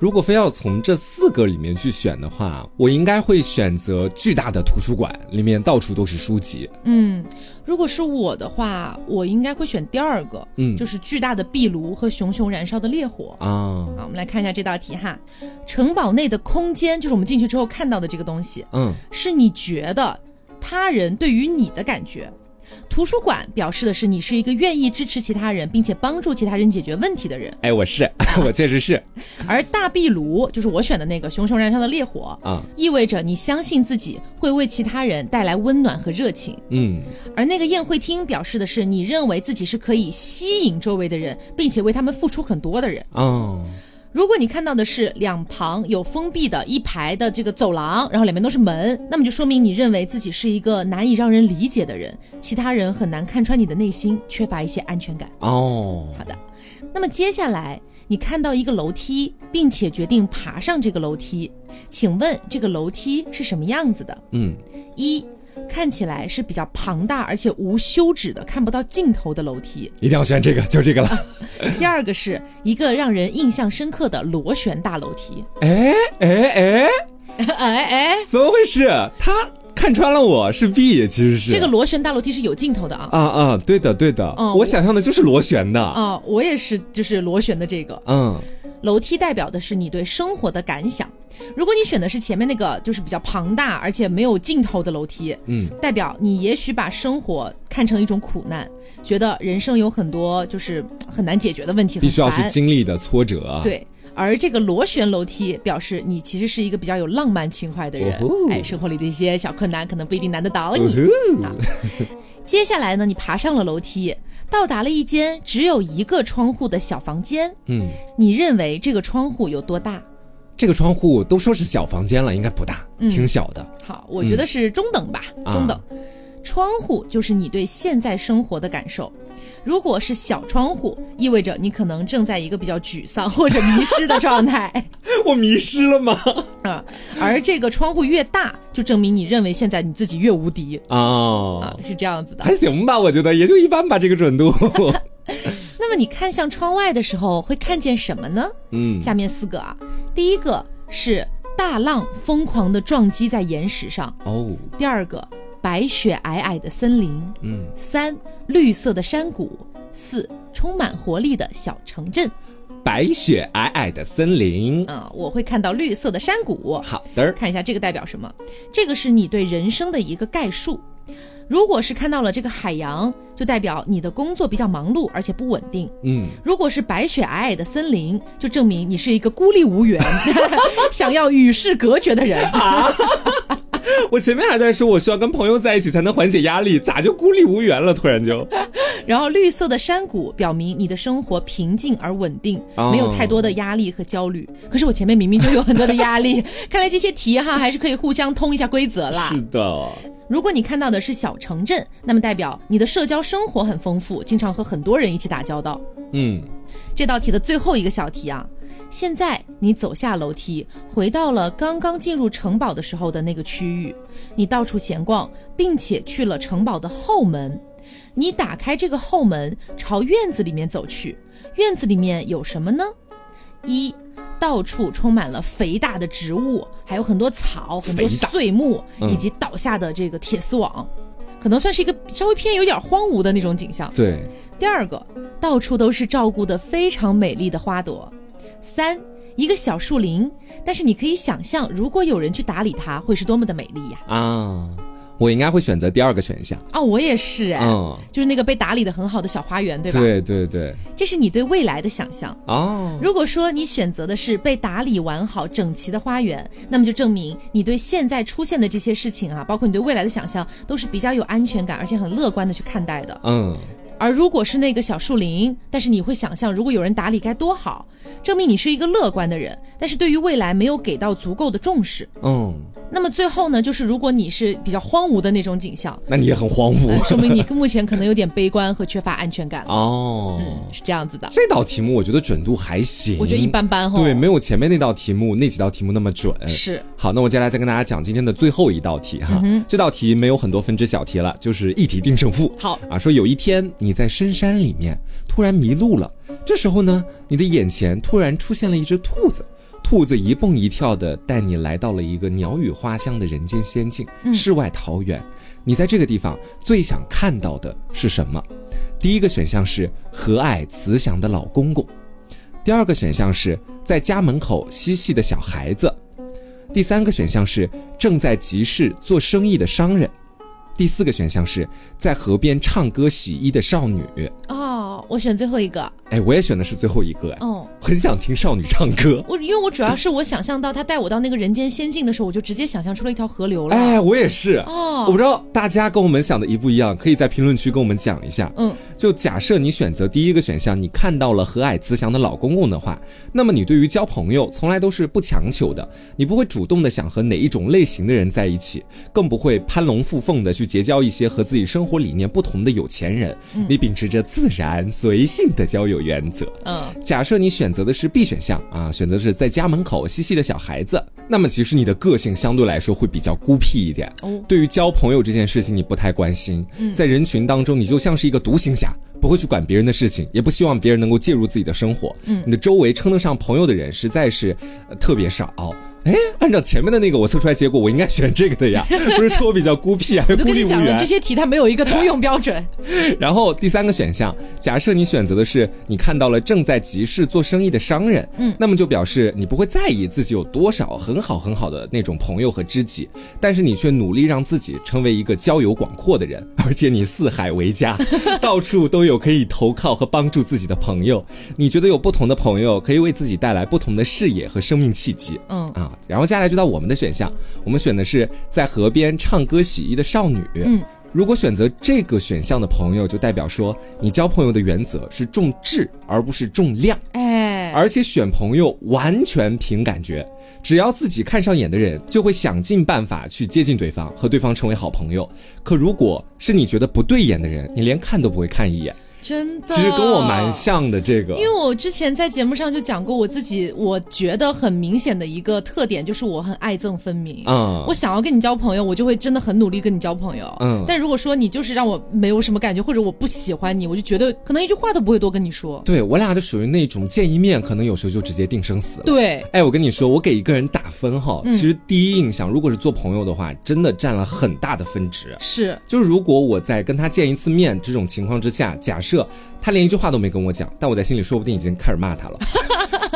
Speaker 2: 如果非要从这四个里面去选的话，我应该会选择巨大的图书馆，里面到处都是书籍。
Speaker 1: 嗯，如果是我的话，我应该会选第二个，
Speaker 2: 嗯
Speaker 1: 就是巨大的壁炉和熊熊燃烧的烈火。
Speaker 2: 啊，
Speaker 1: 啊，我们来看一下这道题哈，城堡内的空间，就是我们进去之后看到的这个东西，
Speaker 2: 嗯，
Speaker 1: 是你觉得他人对于你的感觉。图书馆表示的是你是一个愿意支持其他人，并且帮助其他人解决问题的人，
Speaker 2: 哎，我是， (laughs) 我确实是
Speaker 1: 而大壁炉就是我选的那个熊熊燃烧的烈火，
Speaker 2: 啊，
Speaker 1: 意味着你相信自己会为其他人带来温暖和热情。
Speaker 2: 嗯
Speaker 1: 而那个宴会厅表示的是你认为自己是可以吸引周围的人，并且为他们付出很多的人。
Speaker 2: 啊，
Speaker 1: 如果你看到的是两旁有封闭的一排的这个走廊，然后两边都是门，那么就说明你认为自己是一个难以让人理解的人，其他人很难看穿你的内心，缺乏一些安全感。
Speaker 2: 哦，
Speaker 1: 好的，那么接下来你看到一个楼梯，并且决定爬上这个楼梯，请问这个楼梯是什么样子的？
Speaker 2: 嗯
Speaker 1: 一看起来是比较庞大而且无休止的看不到尽头的楼梯。
Speaker 2: 一定要选这个，就这个了。
Speaker 1: 第二个是一个让人印象深刻的螺旋大楼梯。
Speaker 2: (laughs)
Speaker 1: (laughs)
Speaker 2: 哎哎哎，
Speaker 1: 哎哎，
Speaker 2: 怎么回事？他看穿了我是 B，其实是
Speaker 1: 这个螺旋大楼梯是有尽头的啊。
Speaker 2: 啊啊，对的对的，
Speaker 1: 嗯
Speaker 2: 我想象的就是螺旋的。
Speaker 1: 啊、我也是，就是螺旋的这个
Speaker 2: 嗯
Speaker 1: 楼梯代表的是你对生活的感想。如果你选的是前面那个，就是比较庞大而且没有尽头的楼梯，
Speaker 2: 嗯
Speaker 1: 代表你也许把生活看成一种苦难，觉得人生有很多就是嗯很难解决的问题，
Speaker 2: 必须要
Speaker 1: 很
Speaker 2: 去
Speaker 1: 烦
Speaker 2: 经历的挫折啊。，
Speaker 1: 对。而这个螺旋楼梯表示你其实是一个比较有浪漫情怀的人，
Speaker 2: 哦吼
Speaker 1: 哎，生活里的一些小困难可能不一定难得倒
Speaker 2: 哦
Speaker 1: 你。
Speaker 2: 吼
Speaker 1: 接下来呢，你爬上了楼梯，到达了一间只有一个窗户的小房间。
Speaker 2: 嗯，
Speaker 1: 你认为这个窗户有多大？
Speaker 2: 这个窗户都说是小房间了，应该不大，
Speaker 1: 嗯
Speaker 2: 挺小的。
Speaker 1: 好，我觉得是中等吧，
Speaker 2: 啊
Speaker 1: 中等。窗户就是你对现在生活的感受。如果是小窗户，意味着你可能正在一个比较沮丧或者迷失的状态
Speaker 2: (laughs) 我迷失了吗？
Speaker 1: 啊。而这个窗户越大，就证明你认为现在你自己越无敌啊
Speaker 2: 啊，，
Speaker 1: 是这样子的。
Speaker 2: 还行吧，我觉得也就一般吧，这个准 (laughs) 度。
Speaker 1: 那么你看向窗外的时候，会看见什么呢？
Speaker 2: 嗯
Speaker 1: 下面四个啊，第一个是大浪疯狂的撞击在岩石上，
Speaker 2: 哦，
Speaker 1: 第二个白雪皑皑的森林，
Speaker 2: 嗯，
Speaker 1: 三绿色的山谷，四充满活力的小城镇。
Speaker 2: 白雪皑皑的森林。
Speaker 1: 啊、我会看到绿色的山谷，
Speaker 2: 好的儿，
Speaker 1: 看一下这个代表什么？这个是你对人生的一个概述。如果是看到了这个海洋，就代表你的工作比较忙碌，而且不稳定。
Speaker 2: 嗯，
Speaker 1: 如果是白雪皑皑的森林，就证明你是一个孤立无援、 (laughs) 想要与世隔绝的人。
Speaker 2: 我前面还在说我需要跟朋友在一起才能缓解压力，咋就孤立无援了？突然
Speaker 1: (laughs)
Speaker 2: 就，
Speaker 1: 然后绿色的山谷表明你的生活平静而稳定，
Speaker 2: 哦
Speaker 1: 没有太多的压力和焦虑。可是我前面明明就有很多的压力，看来这些题哈还是可以互相通一下规则啦
Speaker 2: 是。的，
Speaker 1: 如果你看到的是小城镇，那么代表你的社交生活很丰富，经常和很多人一起打交道。
Speaker 2: 嗯，
Speaker 1: 这道题的最后一个小题啊，现在你走下楼梯，回到了刚刚进入城堡的时候的那个区域，你到处闲逛，并且去了城堡的后门。你打开这个后门，朝院子里面走去。院子里面有什么呢？一，到处充满了肥大的植物，还有很多草、很多
Speaker 2: 肥大
Speaker 1: 碎木，
Speaker 2: 嗯
Speaker 1: 以及倒下的这个铁丝网，可能算是一个稍微偏有点荒芜的那种景象。
Speaker 2: 对，
Speaker 1: 第二个，到处都是照顾得非常美丽的花朵。三，一个小树林，但是你可以想象，如果有人去打理它，会是多么的美丽呀！
Speaker 2: 啊，我应该会选择第二个选项。
Speaker 1: 哦，我也是哎，
Speaker 2: 嗯，
Speaker 1: 就是那个被打理得很好的小花园，对吧？
Speaker 2: 对对对，
Speaker 1: 这是你对未来的想象。
Speaker 2: 哦，
Speaker 1: 如果说你选择的是被打理完好、整齐的花园，那么就证明你对现在出现的这些事情啊，包括你对未来的想象，都是比较有安全感，而且很乐观的去看待的。
Speaker 2: 嗯，
Speaker 1: 而如果是那个小树林，但是你会想象，如果有人打理该多好，证明你是一个乐观的人，但是对于未来没有给到足够的重视。
Speaker 2: 嗯，
Speaker 1: 那么最后呢，就是如果你是比较荒芜的那种景
Speaker 2: (laughs)
Speaker 1: 象，
Speaker 2: 那你也很荒
Speaker 1: 呃
Speaker 2: 芜。
Speaker 1: 说明你目前可能有点悲观和缺乏安全感了。
Speaker 2: 哦，
Speaker 1: 嗯，是这样子的，
Speaker 2: 这道题目我觉得准度还行，
Speaker 1: 我觉得一般般哈。
Speaker 2: 对，没有哎前面那道题目那几道题目那么准。
Speaker 1: 是嗯
Speaker 2: 好，那我接下来再跟大家讲今天的最后一道题哈。这道题没有很多分支小题了，就是一题定胜负。
Speaker 1: 好
Speaker 2: 啊，说有一天你在深山里面突然迷路了，这时候呢，你的眼前突然出现了一只兔子。兔子一蹦一跳的带你来到了一个鸟语花香的人间仙境、世外桃源。你在这个地方最想看到的是什么？第一个选项是和蔼慈祥的老公公，第二个选项是在家门口嬉戏的小孩子，第三个选项是正在集市做生意的商人，第四个选项是在河边唱歌洗衣的少女。
Speaker 1: 哦，我选最后一个。
Speaker 2: 哎，我也选的是最后一个，哎，
Speaker 1: 嗯，
Speaker 2: 很想听少女唱歌。
Speaker 1: 我因为我主要是我想象到他带我到那个人间仙境的时候，我就直接想象出了一条河流了。
Speaker 2: 哎，我也是。我
Speaker 1: 哦
Speaker 2: 不，知道大家跟我们想的一不一样，可以在评论区跟我们讲一下。
Speaker 1: 嗯，
Speaker 2: 就假设你选择第一个选项，你看到了和蔼慈祥的老公公的话，那么你对于交朋友从来都是不强求的，你不会主动的想和哪一种类型的人在一起，更不会攀龙附凤的去结交一些和自己生活理念不同的有钱人。你秉持着自然随性的交友原则。
Speaker 1: 嗯，
Speaker 2: 假设你选择的是 B 选项啊，选择是在家门口嬉戏的小孩子，那么其实你的个性相对来说会比较孤僻一点。
Speaker 1: 哦嗯
Speaker 2: 对于交朋友这件事情，你不太关心。在人群当中，你就像是一个独行侠，不会去管别人的事情，也不希望别人能够介入自己的生活。
Speaker 1: 嗯
Speaker 2: 你的周围称得上朋友的人实在是、呃特别少。哎，按照前面的那个我测出来结果，我应该选这个
Speaker 1: (laughs)
Speaker 2: 的呀，不是说我比较孤僻还是
Speaker 1: 我就
Speaker 2: 孤
Speaker 1: 跟
Speaker 2: 立
Speaker 1: 你
Speaker 2: 无
Speaker 1: 讲了，
Speaker 2: 援
Speaker 1: 这？些题它没有一个通用标准。
Speaker 2: 然后第三个选项，假设你选择的是你看到了正在集市做生意的商人，嗯，那么就表示你不会在意自己有多少很好很好的那种朋友和知己，但是你却努力让自己成为一个交友广阔的人，而且你四海为家，到处都有可以投靠和帮助自己的朋友。你觉得有不同的朋友可以为自己带来不同的视野和生命契机，
Speaker 1: 嗯
Speaker 2: 啊，然后接下来就到我们的选项，我们选的是在河边唱歌洗衣的少女，嗯。如果选择这个选项的朋友，就代表说你交朋友的原则是重质而不是重量，
Speaker 1: (laughs) 哎，
Speaker 2: 而且选朋友完全凭感觉，只要自己看上眼的人，就会想尽办法去接近对方，和对方成为好朋友。可如果是你觉得不对眼的人，你连看都不会看一眼。
Speaker 1: 真的，
Speaker 2: 其实跟我蛮。像的，这个
Speaker 1: 啊因为我之前在节目上就讲过我自己，我觉得很明显的一个特点就是我很爱憎分明。
Speaker 2: 嗯
Speaker 1: 我想要跟你交朋友，我就会真的很努力跟你交朋友。
Speaker 2: 嗯
Speaker 1: 但如果说你就是让我没有什么感觉，或者我不喜欢你，我就绝对可能一句话都不会多跟你说。
Speaker 2: 对我俩就属于那种见一面，可能有时候就直接定生死了。
Speaker 1: 对，嗯
Speaker 2: 哎，我跟你说，我给一个人打分哈，其实第一印象，如果是做朋友的话，真的占了很大的分值。
Speaker 1: 是，
Speaker 2: 就是如果我在跟他见一次面这种情况之下，假设他连一句话都没跟我讲，但我在心里说不定已经开始骂
Speaker 1: (laughs)
Speaker 2: 他了。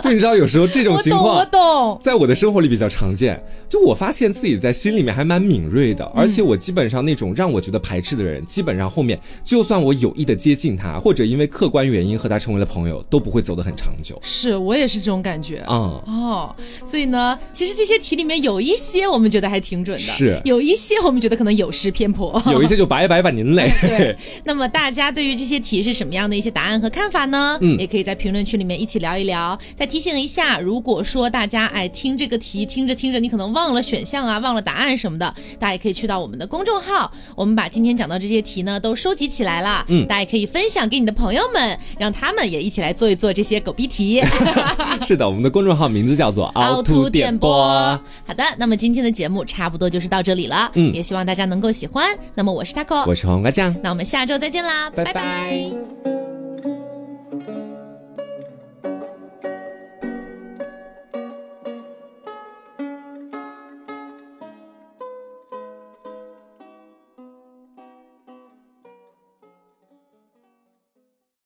Speaker 2: 就你知道，有时候这种
Speaker 1: 我
Speaker 2: 情
Speaker 1: 懂，我
Speaker 2: 况。
Speaker 1: 懂。
Speaker 2: 在我的生活里比较常见，就我发现自己在心里面还蛮敏锐
Speaker 1: 嗯
Speaker 2: 的，而且我基本上那种让我觉得排斥的人，基本上后面就算我有意的接近他，或者因为客观原因和他成为了朋友，都不会走得很长久。
Speaker 1: 是我也是这种感觉。
Speaker 2: 嗯，
Speaker 1: 哦，所以呢，其实这些题里面有一些我们觉得还挺准的，
Speaker 2: 是
Speaker 1: 有一些我们觉得可能有失偏颇。
Speaker 2: (laughs) 有一些就白白把您累。
Speaker 1: 对， (laughs) 那么大家对于这些题是什么样的一些答案和看法呢？嗯，也可以在评论区里面一起聊一聊。再提醒一下，如果说大家哎听这个题听着听着，你可能忘了选项啊，忘了答案什么的，大家也可以去到我们的公众号，我们把今天讲到这些题呢都收集起来了，嗯，大家也可以分享给你的朋友们，让他们也一起来做一做这些狗逼题。
Speaker 2: (laughs) 是的，我们的公众号名字叫做
Speaker 1: 凹凸电波
Speaker 2: 波。。
Speaker 1: 好的，那么今天的节目差不多就是到这里了，
Speaker 2: 嗯
Speaker 1: 也希望大家能够喜欢。那么我是 taco，
Speaker 2: 我是黄瓜酱，
Speaker 1: 那我们下周再见啦，
Speaker 2: 拜拜
Speaker 1: 拜